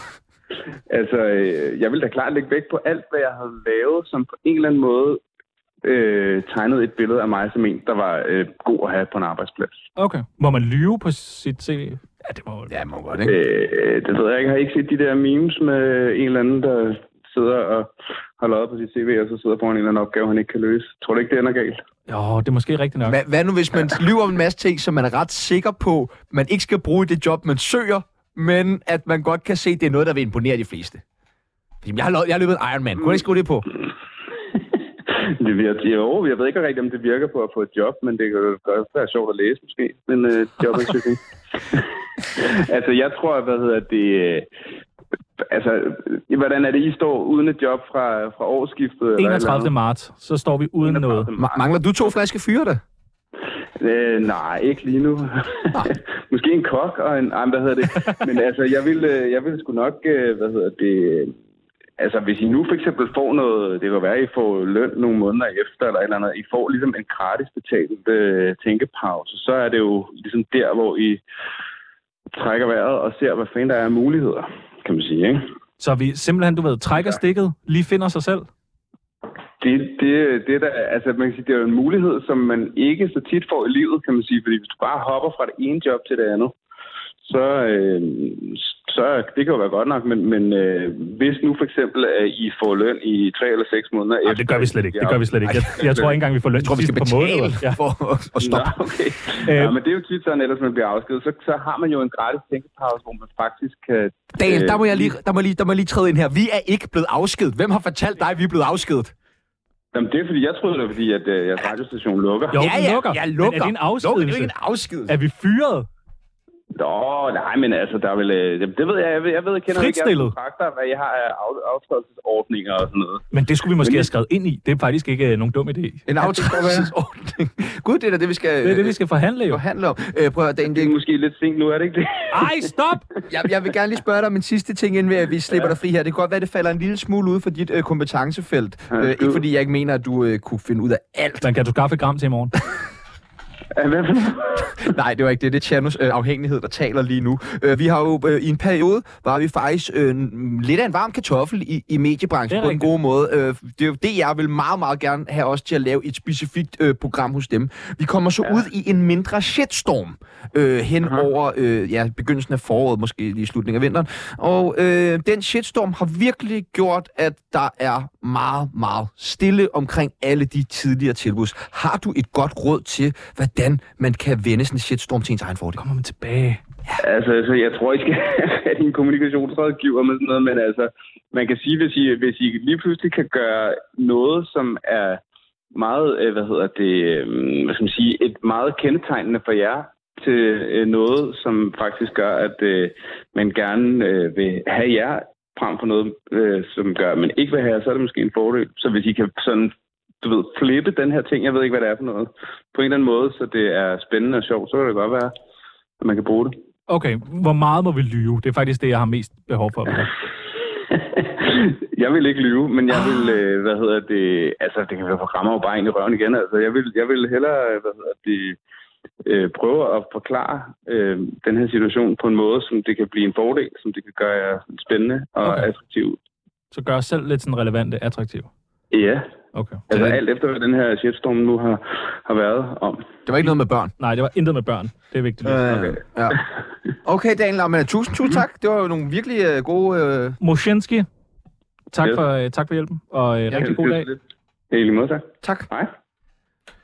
[LAUGHS] altså, øh, jeg vil da klart lægge vægt på alt, hvad jeg har lavet, som på en eller anden måde øh, tegnede et billede af mig som en, der var øh, god at have på en arbejdsplads. okay. Må man lyve på sit CV? Ja, det må Ja, må godt, ikke? Øh, det ved jeg ikke. Jeg har ikke set de der memes med en eller anden, der sidder og har løjet på sit CV, og så sidder foran en eller anden opgave, han ikke kan løse. Tror du ikke, det ender galt? Jo, det er måske rigtigt nok. Hva, hvad nu, hvis man lyver om en masse ting, som man er ret sikker på, man ikke skal bruge i det job, man søger, men at man godt kan se, at det er noget, der vil imponere de fleste? Jamen, jeg har, løbet, jeg har løbet en Ironman. Kunne jeg ikke skrive det på? [LAUGHS] Det virker, jo, jeg ved ikke rigtigt, om det virker på at få et job, men det kan jo godt være sjovt at læse måske, men øh, [LAUGHS] jobansøgning. altså, jeg tror, hvad hedder det... Øh, altså, øh, hvordan er det, I står uden et job fra, fra årsskiftet? eller et eller 31. andet? marts, så står vi uden noget. Ma- mangler du to flaske fyre, da? Øh, nej, ikke lige nu. [LAUGHS] Måske en kok og en... Ej, men hvad hedder det? Men altså, jeg ville, øh, jeg ville sgu nok... øh, Hvad hedder det? øh, Altså, hvis I nu for eksempel får noget... Det kan være, I får løn nogle måneder efter, eller et eller andet. I får ligesom en gratis betalt øh, tænkepause. Så er det jo ligesom der, hvor I trækker vejret og ser, hvad fanden der er af muligheder, kan man sige, ikke? Så vi simpelthen, du ved, trækker stikket, lige finder sig selv. Det, det, det, der, altså man kan sige, det er jo en mulighed, som man ikke så tit får i livet, kan man sige. Fordi hvis du bare hopper fra det ene job til det andet, så, øh, så det kan jo være godt nok. Men, men øh, hvis nu for eksempel, at I får løn i tre eller seks måneder... Ej, det gør vi slet ikke. Det gør vi slet ikke. Jeg, jeg tror ikke engang, vi får løn Jeg tror, vi skal sidst på betale måneden. Ja. for at- at Nå, stoppe. okay. Ja, Øh, men det er jo tit sådan, ellers man bliver afskedet. Så, så har man jo en gratis tænkepause, hvor man faktisk kan... Daniel, der må jeg øh, lige, der må jeg lige, der må jeg lige træde ind her. Vi er ikke blevet afskedet. Hvem har fortalt dig, at vi er blevet afskedet? Jamen, det er fordi, jeg troede det var fordi, at øh, jeres radiostation lukker. Jo, den lukker. Jeg Men lukker. Lukker, Er det en det er jo afskedelse? ikke en afskedelse. Er vi fyret? Nå, nej, men altså, der er vel... øh, Det, det ved jeg, jeg ved, jeg ved, jeg kender ikke jeres Fritstillet. kontrakter, hvad I har af af- afståelsesordninger og sådan noget. Men det skulle vi måske Men- have skrevet ind i. Det er faktisk ikke øh, nogen dum idé. En aftrækkelsesordning. [LAUGHS] Gud, det er da det, vi skal, Det er det, vi skal forhandle jo. forhandle om. Øh, prøv at høre, Daniel, Det det, [LAUGHS] er måske lidt sent nu, er det ikke det? [LAUGHS] Ej, stop! jeg, jeg vil gerne lige spørge dig om en sidste ting, inden vi- at vi slipper dig fri her. Det kan godt være, at det falder en lille smule ud for dit øh, kompetencefelt. Ja, Øh, ikke Gud. fordi jeg ikke mener, at du øh, kunne finde ud af alt. Man kan du skaffe et gram til i morgen. Ja, hvad for noget? Nej, det var ikke det. Det er Tjernos øh, afhængighed, der taler lige nu. Øh, vi har jo øh, i en periode, var vi faktisk øh, n- lidt af en varm kartoffel i, i Det mediebranchen er på rigtigt. en god måde. Øh, det er jo det, jeg vil meget, meget gerne have os til at lave et specifikt øh, program hos dem. Vi kommer så ja. ud i en mindre shitstorm øh, hen uh-huh. over øh, ja, begyndelsen af foråret, måske lige i slutningen af vinteren. Og øh, den shitstorm har virkelig gjort, at der er meget, meget stille omkring alle de tidligere tilbud. Har du et godt råd til, hvordan man kan vende sådan en shitstorm til ens egen fordel? Kommer man tilbage. Altså, så jeg tror [LAUGHS] ikke, at I er en kommunikationsrådgiver med sådan noget, men altså, man kan sige, hvis I, hvis I lige pludselig kan gøre noget, som er meget, øh, hvad hedder det, øhm, hvad skal man sige, et meget kendetegnende for jer til øh, noget, som faktisk gør, at øh, man gerne øh, vil have jer frem for noget, øh, som gør, at man ikke vil have jer, så er det måske en fordel. Så hvis I kan sådan, du ved, flippe den her ting, jeg ved ikke, hvad det er for noget, på en eller anden måde, så det er spændende og sjovt, så kan det godt være, at man kan bruge det. Okay, hvor meget må vi lyve? Det er faktisk det, jeg har mest behov for. [LAUGHS] jeg vil ikke lyve, men jeg vil, [GASPS] øh, hvad hedder det, altså det kan være rammer jo bare ind i røven igen, altså jeg vil, jeg vil hellere, øh, hvad hedder det, øh, prøve at forklare øh, den her situation på en måde, som det kan blive en fordel, som det kan gøre jer spændende og Okay. okay. attraktiv. Så gør os selv lidt sådan relevante, attraktive. Ja, Okay. altså alt efter, hvad den her shitstorm nu har, har været om. Det var ikke noget med børn. Nej, det var intet med børn. Det er vigtigt. Øh. Okay, Mm. ja. okay Daniel, jamen, tusind, tusind tak. Det var jo nogle virkelig øh, gode... Øh... Moshensky, tak, Ja. for, øh, tak for hjælpen, og øh, rigtig god dag. I lige måde, tak. Tak. Hej.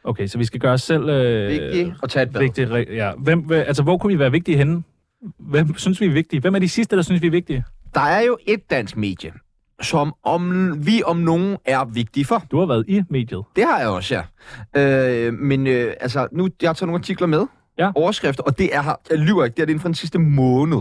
Okay, så vi skal gøre os selv... Øh, Vigtigt at tage et bad. Vigtige, re- ja. Hvem, hva- altså, hvor kunne vi være vigtige henne? Hvem synes vi er vigtige? Hvem er de sidste, der synes, vi er vigtige? Der er jo et dansk medie, som om, vi om nogen er vigtige for. Du har været i mediet. Det har jeg også, ja. Øh, men øh, altså, nu, jeg har taget nogle artikler med. Ja. Overskrifter, og det er, her- jeg lyver ikke, det er det er inden for den sidste måned.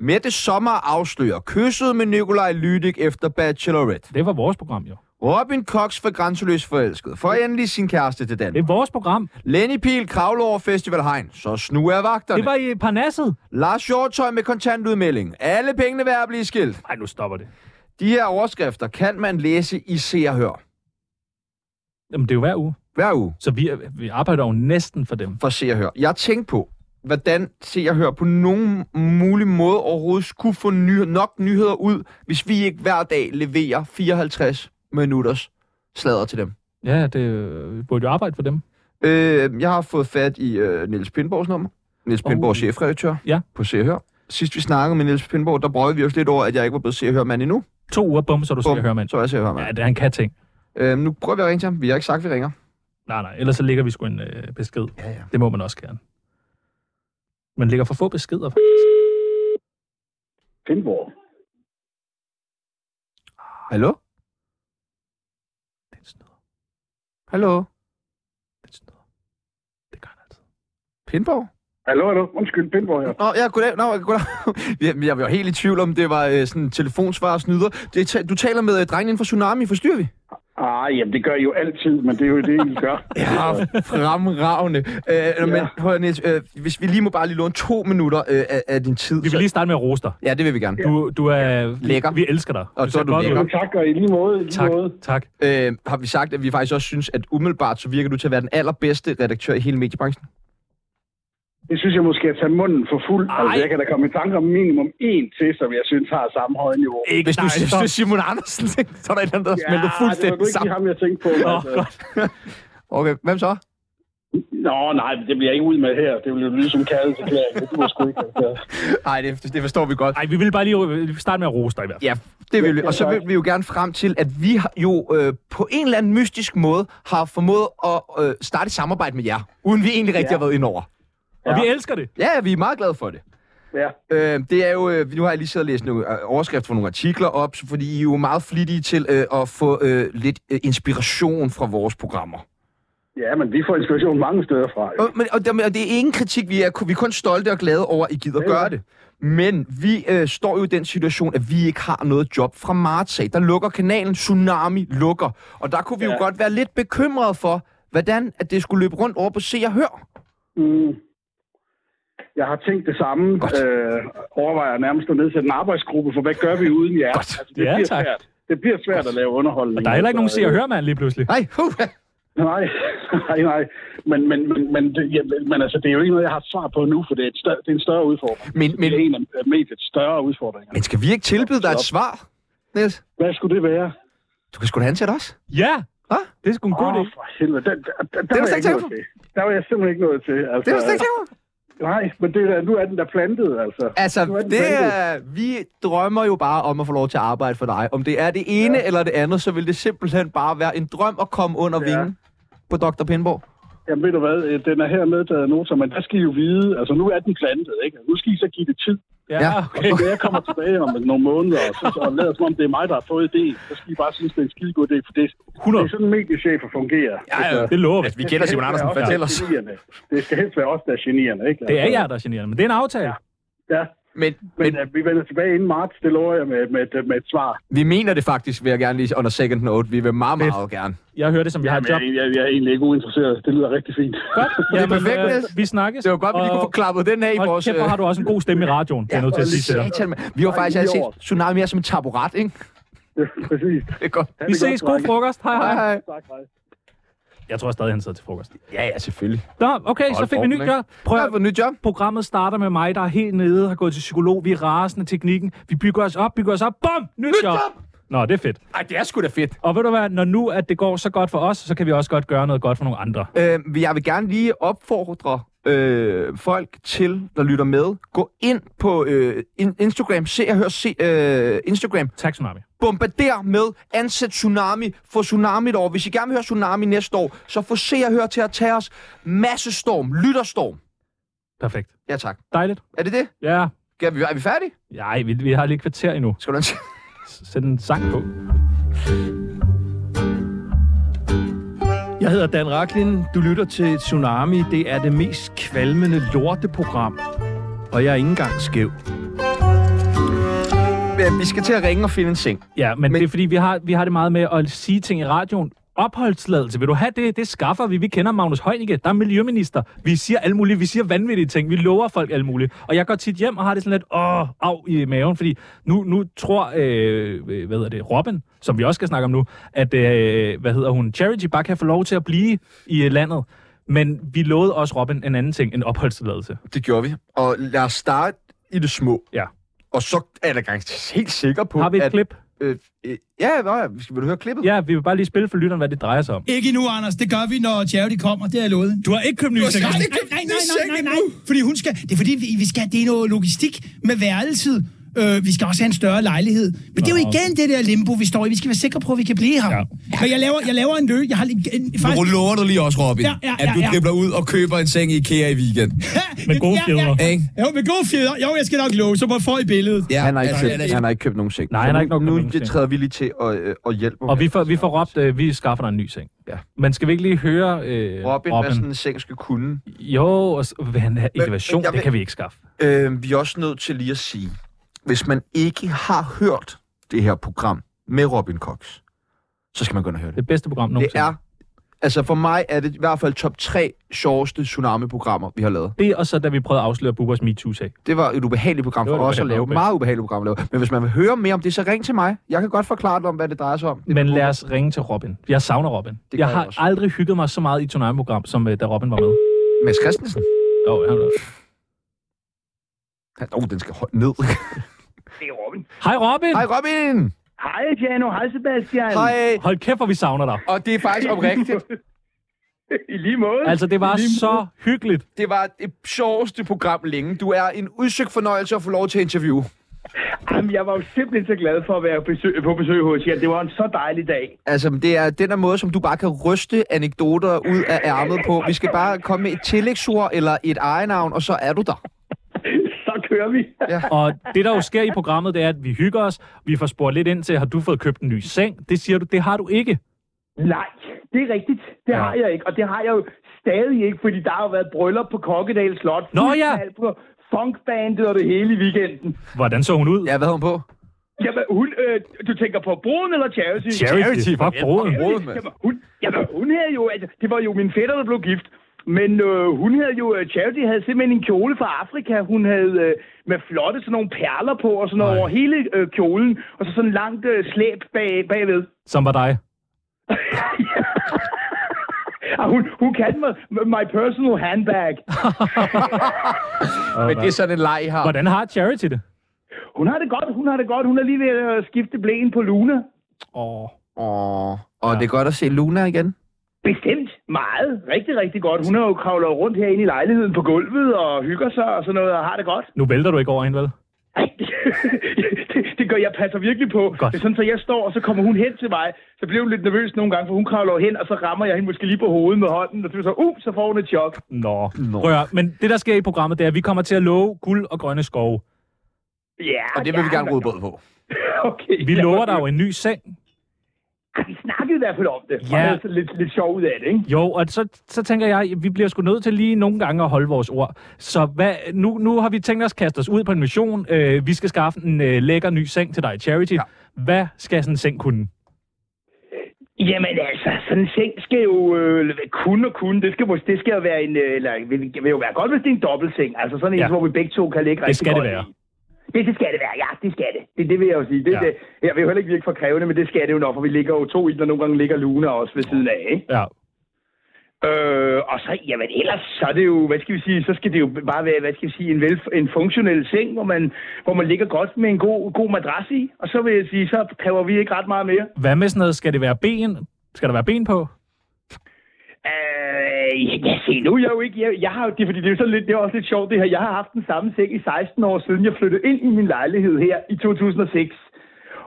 Mette Sommer afslører kysset med Nikolaj Lydik efter Bachelorette. Det var vores program, jo. Robin Cox for grænseløs forelsket. For endelig sin kæreste til Det Danmark. er vores program. Lenny Pihl kravler over Festival Hegn. Så snu er vagterne. Det var i Parnasset. Lars Hjortøj med kontantudmelding. Alle pengene værd at blive skilt. Nej, nu stopper det. De her overskrifter kan man læse i Se og Hør. Jamen, det er jo hver uge. Hver uge. Så vi, er- vi arbejder jo næsten for dem. for Se og Hør. Jeg tænkte på, hvordan Se og Hør på nogen mulig måde overhovedet skulle få ny- nok nyheder ud, hvis vi ikke hver dag leverer 54 minutters sladder til dem. Ja, det øh, vi burde jo arbejde for dem. Øh, jeg har fået fat i øh, Niels Pindborgs nummer. Niels Oh. Pindborg, chefredaktør Ja. på Se og Hør. Sidst vi snakkede med Niels Pindborg, der brød vi også lidt over, at jeg ikke var blevet Se og Hør-mand endnu. To uger, bum, så du skal Bum, høre, mand. Så er jeg Se og Hør-mand. Ja, det, han kan ting. Ja. Øh, nu prøver vi at ringe til ham. Vi har ikke sagt, at vi ringer. Nej, nej, ellers så ligger vi sgu en øh, besked. Ja, ja. Det må man også gerne. Man ligger for få beskeder, faktisk. Findborg. Hallo? Det er en snyder. Hallo? Det er en snyder. Det gør han altid. Pindborg? Hallo, hallo. Undskyld, Pindborg [LAUGHS] her. Nå, ja, goddag. Nå, goddag. [LAUGHS] Jeg, jeg var helt i tvivl om, det var øh, sådan en telefonsvar og snyder. Det, ta- du taler med øh, drengen inden for Tsunami. Forstyrrer vi? Ah, jamen det gør I jo altid, men det er jo det, I gør. Ja, fremragende. Øh, [LAUGHS] ja. Men hør, Niels, øh, hvis vi lige må bare lige låne to minutter øh, af, af din tid. Vi vil lige starte med at rose dig. så- Ja, det vil vi gerne. Du, du er... vi- Lækker. Vi elsker dig. Og så ser er du godt ud. lækker. Tak, og i lige måde. I lige Tak, måde. tak. Øh, har vi sagt, at vi faktisk også synes, at umiddelbart så virker du til at være den allerbedste redaktør i hele mediebranchen? Det synes jeg måske at tage munden for fuld. Ej. Altså, jeg kan da komme i tanke om minimum én til, som jeg synes har samme høje niveau. Ikke Hvis du, dig, hvis så- du er Simon Andersen, [LAUGHS] så er der et eller andet, der ja, smelter det var fuldstændig ikke lige sammen. ham, jeg tænkte på. Nå, Altså. godt. Okay, hvem så? Nå, nej, det bliver jeg ikke ud med her. Det bliver jo lyde som kærlighedserklæring. Det duer sgu ikke. Altså. Nej, det, det forstår vi godt. Ej, vi vil bare lige øh, starte med at rose dig i hvert fald. Ja, det vil vi. Og så vil vi jo gerne frem til, at vi har jo øh, på en eller anden mystisk måde har formået at øh, starte et samarbejde med jer, uden vi egentlig rigtig ja. har været indover. Og vi elsker det. Ja, ja, vi er meget glade for det. Ja. Øh, det er jo, øh, nu har jeg lige siddet og læst nogle øh, overskrifter fra nogle artikler op, så- fordi I er jo meget flittige til øh, at få øh, lidt øh, inspiration fra vores programmer. ja, men vi får inspiration mange steder fra. Jo. Og, men, og, dermed- og det er ingen kritik, vi er, ku- vi er kun stolte og glade over, at I gider ja. gøre det. Men vi øh, står jo i den situation, at vi ikke har noget job fra marts af. Der lukker kanalen, Tsunami lukker. Og der kunne vi ja. jo godt være lidt bekymrede for, hvordan at det skulle løbe rundt over på Se og Hør. Mm. Jeg har tænkt det samme. Godt. Øh, overvejer nærmest at nedsætte en arbejdsgruppe, for hvad gør vi uden jer? Altså, Godt. det Ja, bliver tak. svært. Det bliver svært at lave underholdning. Og der er heller ikke nogen Altså, se og høre mand lige pludselig. Nej, huh, Nej, [LAUGHS] nej, nej. Men, men, men, men, det, ja, men altså, det er jo ikke noget, jeg har et svar på nu, for det er, et større, det er en større udfordring. Men- det men- er en af af mediets større udfordringer. men skal vi ikke tilbyde dig et Stop. svar, Niels? Hvad skulle det være? Du kan sgu da ansætte os. Ja! Hvad? Det er sgu en god idé. Åh, for helvede. Der, der, der, du der, var slet jeg ikke ikke noget til. der var jeg simpelthen ikke noget til. Altså, Det er du slet ikke sikker på. Nej, men det, er- nu er den der plantet, altså. Altså, Nu er den det plantet. er, vi drømmer jo bare om at få lov til at arbejde for dig. Om det er det ene ja. eller det andet, så vil det simpelthen bare være en drøm at komme under ja. Ja. vingen på Dr. Pindborg. Jamen ved du hvad, øh, den er her medtaget nu, så men der skal I jo vide, altså nu er den plantet, ikke? Nu skal I så give det tid. Ja. Ja, okay. Når jeg kommer tilbage om nogle måneder, og, så, og lader som om det er mig, der har fået idéen, så skal I bare synes, det er en skide god idé, for det, 100. det er sådan, mediechefer fungerer. Ja, Det lover vi. Altså, vi kender Simon Andersen, Det fortæl er os. genierne. Det skal helst være os, der er genierne, ikke? Det er Altså, jer, der er generende, men det er en aftale. Ja, Men, men, men øh, men øh, vi vender tilbage inden marts, det lover jeg med, med, med, med et svar. vi mener det faktisk, vil jeg gerne lige under second note. Vi vil meget, meget gerne. Jeg hører det, som vi har Jamen, et jeg, job. er- jeg, jeg er egentlig ikke uinteresseret. Det lyder rigtig fint. [LAUGHS] Godt. Jamen, perfekt, øh, Niels. vi snakkes. Det var godt, vi lige kunne få og- klappet den af i Hold vores... kæft, hvor øh, har du også en god stemme i radioen. Det er jeg nødt til at sige til dig. satan, mand. Vi har faktisk Ej, altid lort. set Tsunami er som en taburet, ikke? [LAUGHS] Præcis. Det er godt. Vi ses. God frokost. Hej, Hej, hej. hej. Tak, hej. Jeg tror stadig, han sidder til frokost. Ja, ja, selvfølgelig. Nå, okay, så Hold fik vi formen, nyt ikke? job. Prøv Prøv at få et nyt job. Programmet starter med mig, der er helt nede, har gået til psykolog, vi er rasende, teknikken, vi bygger os op, bygger os op, bum, nyt, nyt job. Nå, det er fedt. Ej, det er sgu da fedt. Og ved du hvad, når nu at det går så godt for os, så kan vi også godt gøre noget godt for nogle andre. Øh, jeg vil gerne lige opfordre øh, folk til, der lytter med, gå ind på øh, in- Instagram, se og hør se, øh, Instagram, Tak, Tsunami. bombarder med, ansæt Tsunami, få Tsunami et år. Hvis I gerne vil høre Tsunami næste år, så få se og hør til at tage os massestorm, lytterstorm. Perfekt. Ja tak. Dejligt. Er det det? Ja. Er vi, er vi færdige? Nej, vi, vi har lige et kvarter endnu. Skal du ansætte? [LAUGHS] S- Sæt en sang på. Jeg hedder Dan Raklin. Du lytter til Tsunami. Det er det mest kvalmende lorteprogram. Og jeg er ikke engang skæv. Øh, Vi skal til at ringe og finde en seng. Ja, men, men Men- det er fordi, vi har, vi har det meget med at sige ting i radioen. Opholdsladelse, vil du have det? Det skaffer vi. Vi kender Magnus Heunicke, der er miljøminister. Vi siger alt muligt, vi siger vanvittige ting, vi lover folk alt muligt. Og jeg går tit hjem og har det sådan lidt, åh, af i maven, fordi nu, nu tror, øh, øh, hvad hedder det, Robin, som vi også skal snakke om nu, at, øh, hvad hedder hun, Charity bare kan få lov til at blive i øh, landet. Men vi lovede også Robin en anden ting, en opholdstilladelse. Det gjorde vi. Og lad os starte i det små. Ja. Og så er jeg da gang- helt sikker på, Har vi et at... klip? Øh, øh, ja, nå ja, skal, vil du høre klippet? Ja, vi vil bare lige spille for lytteren, hvad det drejer sig om. Ikke endnu, Anders. Det gør vi, når Charity kommer. Det har jeg lovet. Du har ikke købt nye sække. Nej, nej, nej, nej, nej, nej, Fordi hun skal... Det er fordi, vi, vi skal... Det er noget logistik med værelset. Øh, vi skal også have en større lejlighed. Men det er jo igen det der limbo, vi står i. Vi skal være sikre på, at vi kan blive her. Ja. Men jeg laver, jeg laver en lø. Jeg har lige- en, faktisk... Nu lover du lige også, Robin, Ja, ja, ja, at du ja. dribler ud og køber en seng i IKEA i weekend. [LAUGHS] Med gode fjeder. Ikke? Ja, jo, med gode fjeder. Jo, jeg skal nok love. Så må få i billedet. Ja, Han har ikke, altså, købt, det er- han har ikke købt nogen seng. Nej, han har ikke nok købt nu, nogen det seng. træder vi lige til at, øh, at hjælpe Og vi får, vi får råbt, øh, vi skaffer dig en ny seng. Ja. Men skal vi ikke lige høre Robin, øh, Robin? Robin, hvad sådan en seng skal kunne. Jo, og så vil han have Men- innovation, men jeg det vil- kan vi ikke skaffe. Øh, vi er også nødt til lige at sige, hvis man ikke har hørt det her program med Robin Cox, så skal man gå ind og høre det. Det bedste program Det nogensinde. er, altså for mig er det i hvert fald top 3 sjoveste tsunami-programmer, vi har lavet. det og så da vi prøvede at afsløre Bubbers MeToo-sag. Det var et ubehageligt program Det for var et os at ubehageligt lave. program. Meget ubehageligt program at lave. Men hvis man vil høre mere om det, så ring til mig. Jeg kan godt forklare dig om, hvad det drejer sig om. Det Men lad os ringe til Robin. Jeg savner Robin. gør Jeg jeg har også. aldrig hygget mig så meget i et tsunami-program, som øh, da Robin var med. Mads Christensen. Jo, han var- Han- Åh, oh, den skal højt [LAUGHS] ned. Hej Robin! Hej Robin! Hej, Jano. Hej, Sebastian. Hej! Hold kæft, hvor vi savner dig. Og det er faktisk oprigtigt. I lige måde. Altså, det var så hyggeligt. Det var det sjoveste program længe. Du er en udsøgt fornøjelse at få lov til at interviewe. Jamen, jeg var jo simpelthen så glad for at være besøg, på besøg hos jer. Det var en så dejlig dag. Altså, det er den der måde, som du bare kan ryste anekdoter ud af ærmet på. Vi skal bare komme med et tillægsord eller et egenavn, og så er du der. Så kører vi. Og det, der jo sker i programmet, det er, at vi hygger os. Vi får spurgt lidt ind til, har du fået købt en ny seng? Det siger du, det har du ikke. Nej, det er rigtigt. Det Ja. ja. har jeg ikke. Og det har jeg jo stadig ikke, fordi der har jo været bryllup på Kokkedal Slot. Nå Fuld ja. knald På funkbandet og det hele i weekenden. Hvordan så hun ud? Ja, hvad har hun på? Jamen, hun, øh, du tænker på broen eller charity? Charity, fuck broden. Broen, mand. Jamen, hun, jamen, hun havde jo... Altså, det var jo min fætter, der blev gift. Men øh, hun havde jo... øh, Charity havde simpelthen en kjole fra Afrika. Hun havde øh, med flotte sådan nogle perler på og sådan noget Nej. over hele øh, kjolen. Og så sådan langt øh, slæb bag, bagved. Som var dig. Og Ah, hun, hun kaldte mig my personal handbag. Men det er sådan en leg, I har. Hvordan har Charity det? Hun har det godt, hun har det godt. Hun er lige ved at øh, skifte blæen på Luna. Åh. Åh, og det er godt at se Luna igen. Bestemt meget. Rigtig, rigtig godt. Hun har jo kravlet rundt herinde i lejligheden på gulvet og hygger sig og sådan noget og har det godt. Nu vælter du ikke over hende, vel? Ej, det, det gør jeg passer virkelig på. Godt. Det er sådan, så jeg står, og så kommer hun hen til mig. Så bliver hun lidt nervøs nogle gange, for hun kravler jo hen, og så rammer jeg hende måske lige på hovedet med hånden. Og så, så, uh, så får hun et chok. Nå. Nå. Prøv at, høre, men det, der sker i programmet, det er, at vi kommer til at love guld og grønne skove. Ja, Og det vil vi ja, gerne råde båd på. Okay. Vi ja, lover dig jo en ny seng. Ej, vi snakkede i hvert fald om det. Ja. Ja. Og havde så lidt, lidt sjov ud af det, ikke? Jo, og så, så tænker jeg, vi bliver sgu nødt til lige nogle gange at holde vores ord. Så hvad, nu, nu har vi tænkt os at kaste os ud på en mission. Øh, vi skal skaffe en øh, lækker ny seng til dig i Charity. Ja. Hvad skal sådan en seng kunne? Jamen altså, sådan en seng skal jo øh, kun og kun. Det skal, mås- det skal jo være en, øh, eller vil, vil jo være godt, hvis det er en dobbeltseng. Altså sådan en, Ja. ja. hvor vi begge to kan ligge rigtig skal det godt være. i. Det, det skal det være, ja, det skal det. Det, det vil jeg jo sige. Det, Ja. ja. det, jeg vil jo heller ikke virke for krævende, men det skal det jo nok, for vi ligger jo to i den, og nogle gange ligger Luna også ved siden af, ikke? Ja. Øh, og så, jamen ellers, så er det jo, hvad skal vi sige, så skal det jo bare være, hvad skal vi sige, en, vel, en funktionel seng, hvor man, hvor man ligger godt med en god, god madras i, og så vil jeg sige, så kræver vi ikke ret meget mere. Hvad med sådan noget? Skal det være ben? Skal der være ben [LAUGHS] på? Øh, ja, se, nu er jeg jo ikke... Jeg, jeg har, jo- det, er fordi det er jo sådan lidt, det er også lidt sjovt det her. Jeg har haft den samme seng i 16 år, siden jeg flyttede ind i min lejlighed her i 2006.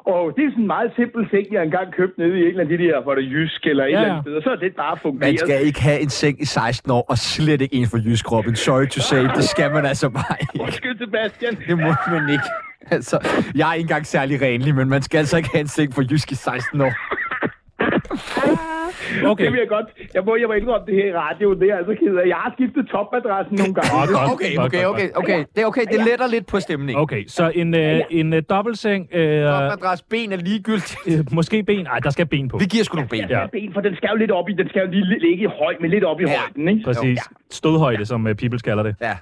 Og det er sådan en meget simpel seng, jeg engang købte nede i en eller anden af de der, hvor det er jysk eller et Ja, eller ja. andet sted. Og så er det bare fungeret. Man skal ikke have en seng i 16 år, og slet ikke en for Jysk Robin. Sorry to say, det skal man altså bare ikke. Undskyld, Sebastian. Det må man ikke. Altså, jeg er ikke engang særlig renlig, men man skal altså ikke have en seng for Jysk i 16 år. Okay. Det vil jeg godt. Jeg må, jeg må indrømme det her i radioen. Det er jeg altså ked af. Jeg har skiftet topadressen nogle gange. Okay, okay, okay, okay. Det er okay, det letter lidt på stemningen. Okay, så en, øh, en øh, dobbeltseng... Øh, Topadress, ben er [LAUGHS] ligegyldigt. Øh, måske ben. Nej, der skal ben på. Vi giver sgu nogle ben. Ja. Ben, for den skal jo lidt op i, den skal jo lige ligge i høj, men lidt op i ja. højden, ikke? Præcis. Ja. Stødhøjde, som uh, people kalder det. Ja.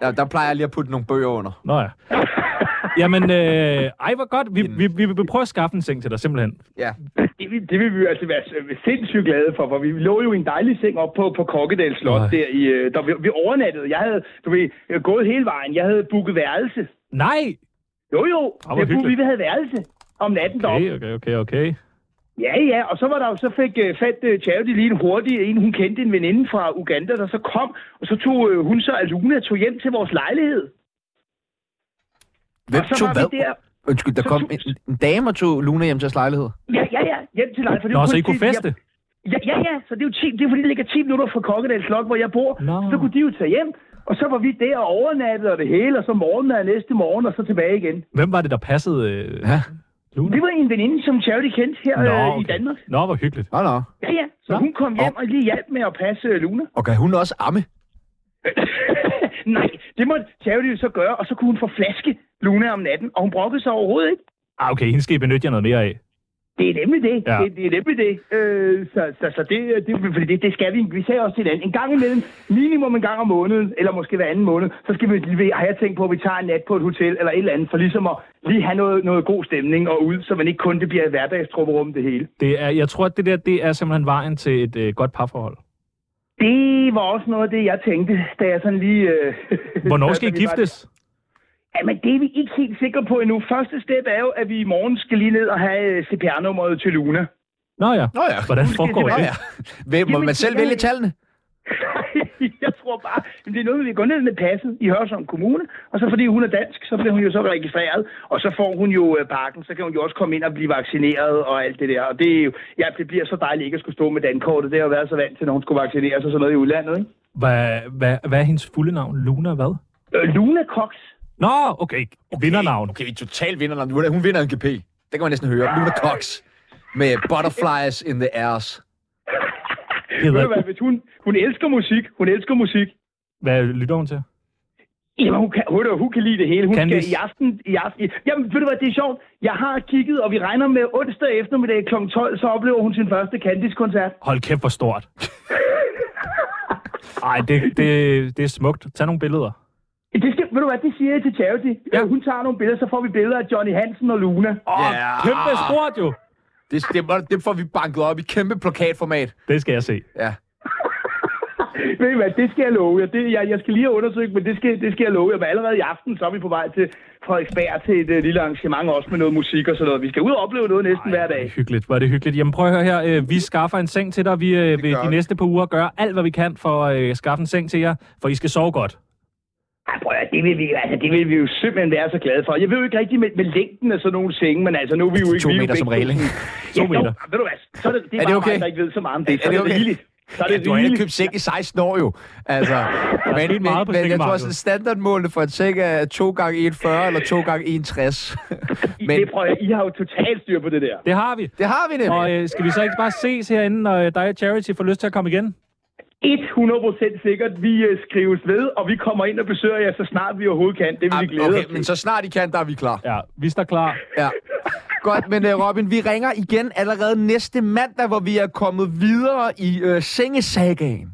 Der, der plejer jeg lige at putte nogle bøger under. [LAUGHS] Nå ja. Jamen, øh, ej, hvor godt. Vi, vi, vi vil prøve at skaffe en seng til dig, simpelthen. Ja. Det, vil- det vil vi jo altså være s- sindssygt glade for, for vi lå jo i en dejlig seng op på, på Kokkedal Slot, Nej. der, i, øh, der vi, vi overnattede. Jeg havde, du ved, jeg havde gået hele vejen. Jeg havde booket værelse. Nej! Jo, jo. Ah, hvor Jeg bookede, hyggeligt. vi havde værelse om natten deroppe. Okay, okay, okay, okay. Ja, ja, og så var der jo, så fik øh, fandt øh, Charity lige en hurtig en, hun kendte en veninde fra Uganda, der så kom, og så tog øh, hun så Aluna tog hjem til vores lejlighed. Hvem og så tog var hvad? vi der. Undskyld, der kom en, en dame og tog Luna hjem til jeres lejlighed. Ja, ja, ja, hjem til lejligheden. for det var Nå, så I kun kunne ti- feste? Ja, ja, ja, så det er jo 10, det er fordi, det ligger 10 minutter fra Kokkedal Slot, hvor jeg bor. Nå. Så kunne de jo tage hjem, og så var vi der og overnattede og det hele, og så morgenmad næste morgen, og så tilbage igen. Hvem var det, der passede? Øh, ja. Luna? Det var en veninde, som Charity kendte her Nå, øh, i okay. Danmark. Nå, hvor hyggeligt. Nå, nå. Ja, ja, så hun kom hjem og lige hjalp med at passe øh, Luna. [LAUGHS] Og kan hun også amme? Nej, det måtte Charity jo så gøre, og så kunne hun få flaske Luna om natten, og hun brokkede sig overhovedet ikke. Ah, okay, hende skal I benytte jer noget mere af. Det er nemlig det. Ja. Ja. Det, det er nemlig det. Øh, så så, så det, det, fordi det, det skal vi. Vi sagde også til hinanden, en gang imellem, minimum en gang om måneden, eller måske hver anden måned, så skal vi, vi har jeg tænkt på, at vi tager en nat på et hotel eller et eller andet, for ligesom at lige have noget, noget god stemning og ud, så man ikke kun det bliver et hverdagstrupperum det hele. Det er, jeg tror, at det der det er simpelthen vejen til et øh, godt parforhold. Det var også noget af det, jeg tænkte, da jeg sådan lige... Øh, [LAUGHS] Hvornår skal I da vi var- giftes? Jamen, det er vi ikke helt sikre på endnu. Første step er jo, at vi i morgen skal lige ned og have øh, CPR-nummeret til Luna. Nå ja. Nå ja. Hvordan foregår Nå det? ja. Hvem, må Jamen, man selv det er- vælge tallene? [LAUGHS] jeg tror bare, jamen, det er noget, vi går ned med passet i Hørsholm Kommune, og så fordi hun er dansk, så bliver hun jo så registreret, og så får hun jo øh, pakken, så kan hun jo også komme ind og blive vaccineret og alt det der. Og det, er jo, ja, det bliver så dejligt ikke at skulle stå med dankortet, det har jeg været så vant til, når hun skulle vaccineres og sådan noget i udlandet, ikke? Hvad, hvad, hvad er hendes fulde navn? Luna hvad? Øh, Luna Cox. Nå, okay. Vindernavn. Okay, vi er totalt vindernavn. Hun er- Hun vinder en GP. Det kan man næsten høre. Luna Cox. Med butterflies in the airs. Ved du hvad, hvis hun, hun elsker musik, hun elsker musik, Hvad lytter hun til? Jamen, hun kan, hun, hun kan lide det hele. Hun Candice. skal i aften, i aften... i- Jamen, ved du hvad, det er sjovt. Jeg har kigget, og vi regner med onsdag eftermiddag kl. 12, så oplever hun sin første Candice-koncert. Hold kæft, hvor [LAUGHS] stort. Ej, det, det, det er smukt. Tag nogle billeder. Det skal, ved du hvad, det siger jeg til Charity. Ja. Hun tager nogle billeder, så får vi billeder af Johnny Hansen og Luna. Åh, Ah. kæmpe stort jo. Ah, Det, det, må- det får vi banket op i kæmpe plakatformat. Det skal jeg se. Ja. Ved I hvad, det skal jeg love jer. Det, jeg, jeg skal lige have undersøgt, men det skal, det skal jeg love jer. Men allerede i aften, så er vi på vej til Frederiksberg til et uh, lille arrangement, også med noget musik og sådan noget. Vi skal ud og opleve noget næsten Ej, hver dag. Hyggeligt. Var det hyggeligt. Jamen prøv at høre her. Øh, Vi skaffer en seng til dig. Vi øh, vil de næste par uger gøre alt, hvad vi kan for at øh, skaffe en seng til jer. For I skal sove godt. Ej, prøv at, høre, det vil vi, altså, det vil vi jo simpelthen være så glade for. Jeg ved jo ikke rigtig med, med længden af sådan nogle senge, men altså nu er vi jo ikke... To vi er jo meter som begge regel, to- To Ja, nu, meter. ved du hvad, så er det, det er, Er er det det okay? mig, der ikke ved så meget om det. Er så det er det okay? rigeligt. Så er det Ja, du har heller rigeligt. købt seng i 16 år jo. [LAUGHS] Altså, men, men, meget på men jeg tror sengemarkedet. også, at standardmålene for en seng er 2 gange 140 eller 2 gange [LAUGHS] 160. Men Det prøver jeg, I har jo totalt styr på det der. Det har vi. det har vi nemlig. Og øh, skal vi så ikke bare ses herinde, når øh, dig og Charity får lyst til at komme igen? 100% sikkert, vi øh, skrives ved, og vi kommer ind og besøger jer, så snart vi overhovedet kan. Det vil vi glæde Okay, os til. men så snart I kan, der er vi klar. Ja, vi står klar. Ja. Godt, men øh, Robin, vi ringer igen allerede næste mandag, hvor vi er kommet videre i øh, sengesagaen.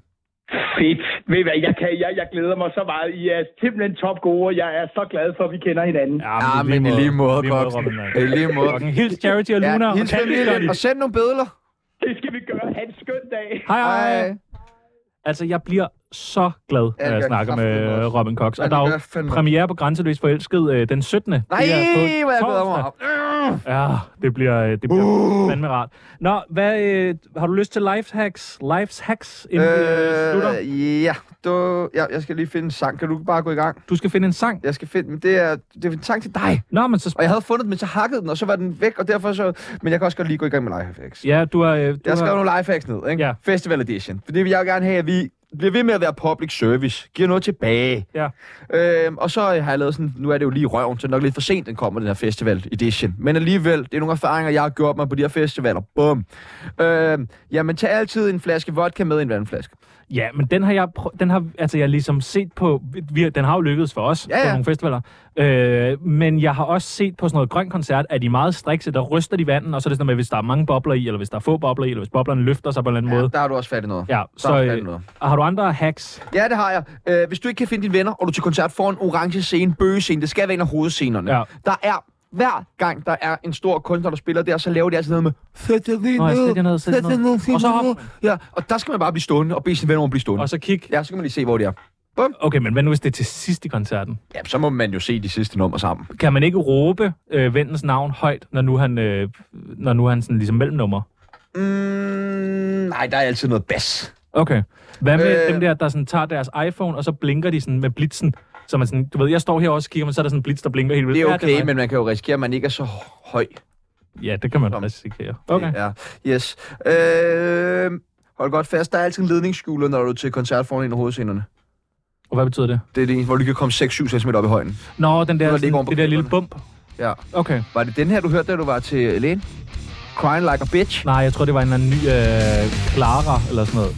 Fedt. Ved I hvad, jeg, kan, jeg, jeg glæder mig så meget. I er simpelthen top gode, og jeg er så glad for, at vi kender hinanden. Ja, men i lige måde, Koksen. I lige måde. Hils Charity og Luna. Ja, hils og Candice, familien, Johnny. og send nogle bødler. Det skal vi gøre. Ha' en skøn dag. Hej, hej. Altså, jeg bliver så glad, det når jeg gør snakker med kraftedeme øh, også. Robin Cox. Ja, Og der er det gør jo fandme. premiere på Grænseløs Forelsket øh, den 17. Nej, hvor jeg glæder mig. Ja, det bliver, øh, det bliver Uh. fandme rart. Nå, hvad, øh, har du lyst til life hacks? Life hacks, inden vi øh, slutter? ja, du, ja, jeg skal lige finde en sang. Kan du bare gå i gang? Du skal finde en sang? Jeg skal finde, men det er, det er en sang til dig. Nå, men så... Og jeg havde fundet den, men så hakkede den, og så var den væk, og derfor så... Men jeg kan også godt lige gå i gang med lifehacks. Ja, du har... Øh, du jeg skrev har... nogle lifehacks ned, ikke? Ja. Festival Edition. Fordi jeg vil gerne have, at vi bliver ved med at være public service. Giver noget tilbage. Ja. Øhm, og så har jeg lavet sådan, nu er det jo lige i røven, så det er nok lidt for sent, den kommer, den her festival edition. Men alligevel, det er nogle erfaringer, jeg har gjort mig på de her festivaler. Bum. Øhm, jamen, tag altid en flaske vodka med i en vandflaske. Ja, men den har jeg, prø- den har, altså jeg har ligesom set på, vi, den har jo lykkedes for os ja, ja. på nogle festivaler, øh, men jeg har også set på sådan noget grøn koncert, at de er meget strikse, der ryster de vandet, og så er det sådan noget med, hvis der er mange bobler i, eller hvis der er få bobler i, eller hvis boblerne løfter sig på en eller anden ja, måde. der har du også fat i noget. Ja, Der så har du fat i øh, noget. har du andre hacks? Ja, det har jeg. Øh, hvis du ikke kan finde dine venner, og du er til koncert får en orange scene, bøgescene, det skal være en af hovedscenerne. Ja. Der er hver gang, der er en stor kunstner, der spiller der, så laver de altid noget med Sæt dig Nå, ja, sæt jer ned, sæt jer ned. Og så hopper Ja, og der skal man bare blive stående og bede sine venner om at blive stående. Og så kig. Ja, så kan man lige se, hvor de er. Bum. Okay, men hvad nu hvis det er til sidst i koncerten? Ja, så må man jo se de sidste numre sammen. Kan man ikke råbe øh, vennens navn højt, når nu han, øh, når nu han sådan ligesom mellemnummer? Mm, nej, der er altid noget bas. Okay. Hvad med Øh. øh... dem der, der sådan tager deres iPhone, og så blinker de sådan med blitzen? Så man sådan, du ved, jeg står her også og kigger, men så er der sådan en blitz, der blinker helt vildt. Det er Ja, okay, mig. men man kan jo risikere, at man ikke er så høj. Ja, det kan man risikere. Okay. Ja, yes. Øh, hold godt fast, der er altid en ledningsskjuler, når du er til koncert foran en af hovedscenerne. Og hvad betyder det? Det er det, hvor du kan komme 6-7 cm op i højden. Nå, den der, ligger sådan, oven på det der lille bump. Ja. Okay. Var det den her, du hørte, da du var til lægen? Crying like a bitch? Nej, jeg tror, det var en eller anden ny øh, Clara eller sådan noget.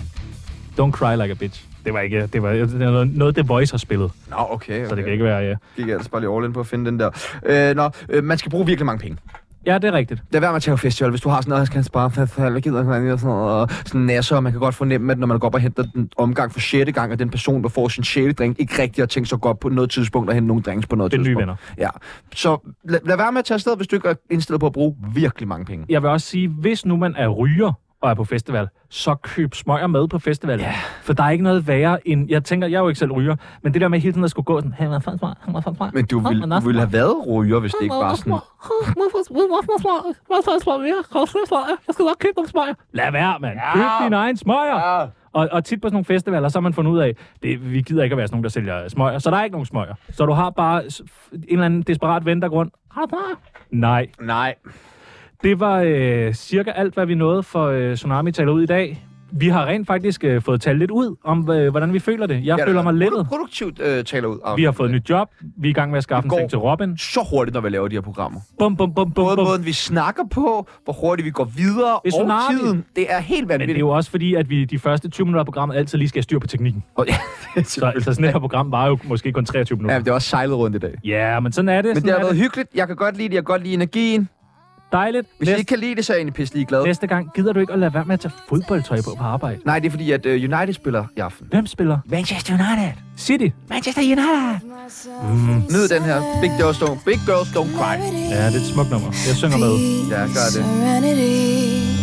Don't cry like a bitch. Det var ikke, det var, det var noget- noget, The Voice har spillet. Nå, okay. okay. Så det kan ikke være, ja. Gik jeg altså bare lige all in på at finde den der. Øh, nå, øh, man skal bruge virkelig mange penge. Ja, det er rigtigt. Lad være med at tage på festival, hvis du har sådan noget, jeg skal spare festival, jeg gider ikke være med," og sådan noget, og sådan nasser, og man kan godt fornemme, at når man går op og henter den omgang for 6. gang, at den person, der får sin 6. drink, ikke rigtig har tænkt sig godt på noget tidspunkt at hente nogle drinks på noget Det er nye tidspunkt. venner. Ja, så lad, lad være med at tage afsted, hvis du ikke er indstillet på at bruge virkelig mange penge. Jeg vil også sige, hvis nu man er ryger og er på festival, så køb smøger med på festivalen. Yeah. For der er ikke noget værre end... Jeg tænker, jeg er jo ikke selv ryger, men det der med hele tiden at skulle gå sådan... Hey, hvad fanden smøger? Hey, hvad fanden smøger? Men du Hey, ville, du hvad fanden ville smøger?" have været ryger, hvis det ikke var sådan... Jeg skal nok købe nogle smøger. Lad være, mand. Ja. Køb dine egne smøger. Ja. Og, og tit på sådan nogle festivaler, så har man fundet ud af, det, vi gider ikke at være sådan nogen, der sælger øh, smøger, så der er ikke nogen smøger. Så du har bare s- f- en eller anden desperat ven, der går rundt. Har du smøger? Nej. Nej. Det var øh, cirka alt, hvad vi nåede for øh, Tsunami taler ud i dag. Vi har rent faktisk øh, fået talt lidt ud om, øh, hvordan vi føler det. Jeg Ja, ja, det føler var mig lettet. Produktivt øh, taler ud. Vi har fået nyt job. Vi er i gang med at skaffe en går seng til Robin. så hurtigt, når vi laver de her programmer. Bum, bum, bum, bum, Både bum. måden, vi snakker på, hvor hurtigt vi går videre, Det er og tsunami. tiden. Det er helt Men det er vanvittigt. jo også fordi, at vi de første 20 minutter af programmet altid lige skal have styr på teknikken. Oh, [LAUGHS] ja, så, så sådan et her program var jo måske kun 23 minutter. Ja, men det er også sejlet rundt i dag. Ja, men sådan er det. Men det sådan har er været hyggeligt. Jeg kan godt lide det. Jeg kan godt lide energien. Dejligt. Hvis Næste... I ikke kan lide det, så er jeg egentlig pisse glad. Næste gang gider du ikke at lade være med at tage fodboldtøj på på arbejde. Nej, det er fordi, at øh, United spiller i aften. Hvem spiller? Manchester United. City. Manchester United. Mm. Nyd den her. Big Girls Don't, Big Girls Don't Cry. Ja, det er et smukt nummer. Jeg synger med. Ja, gør det. Serenity.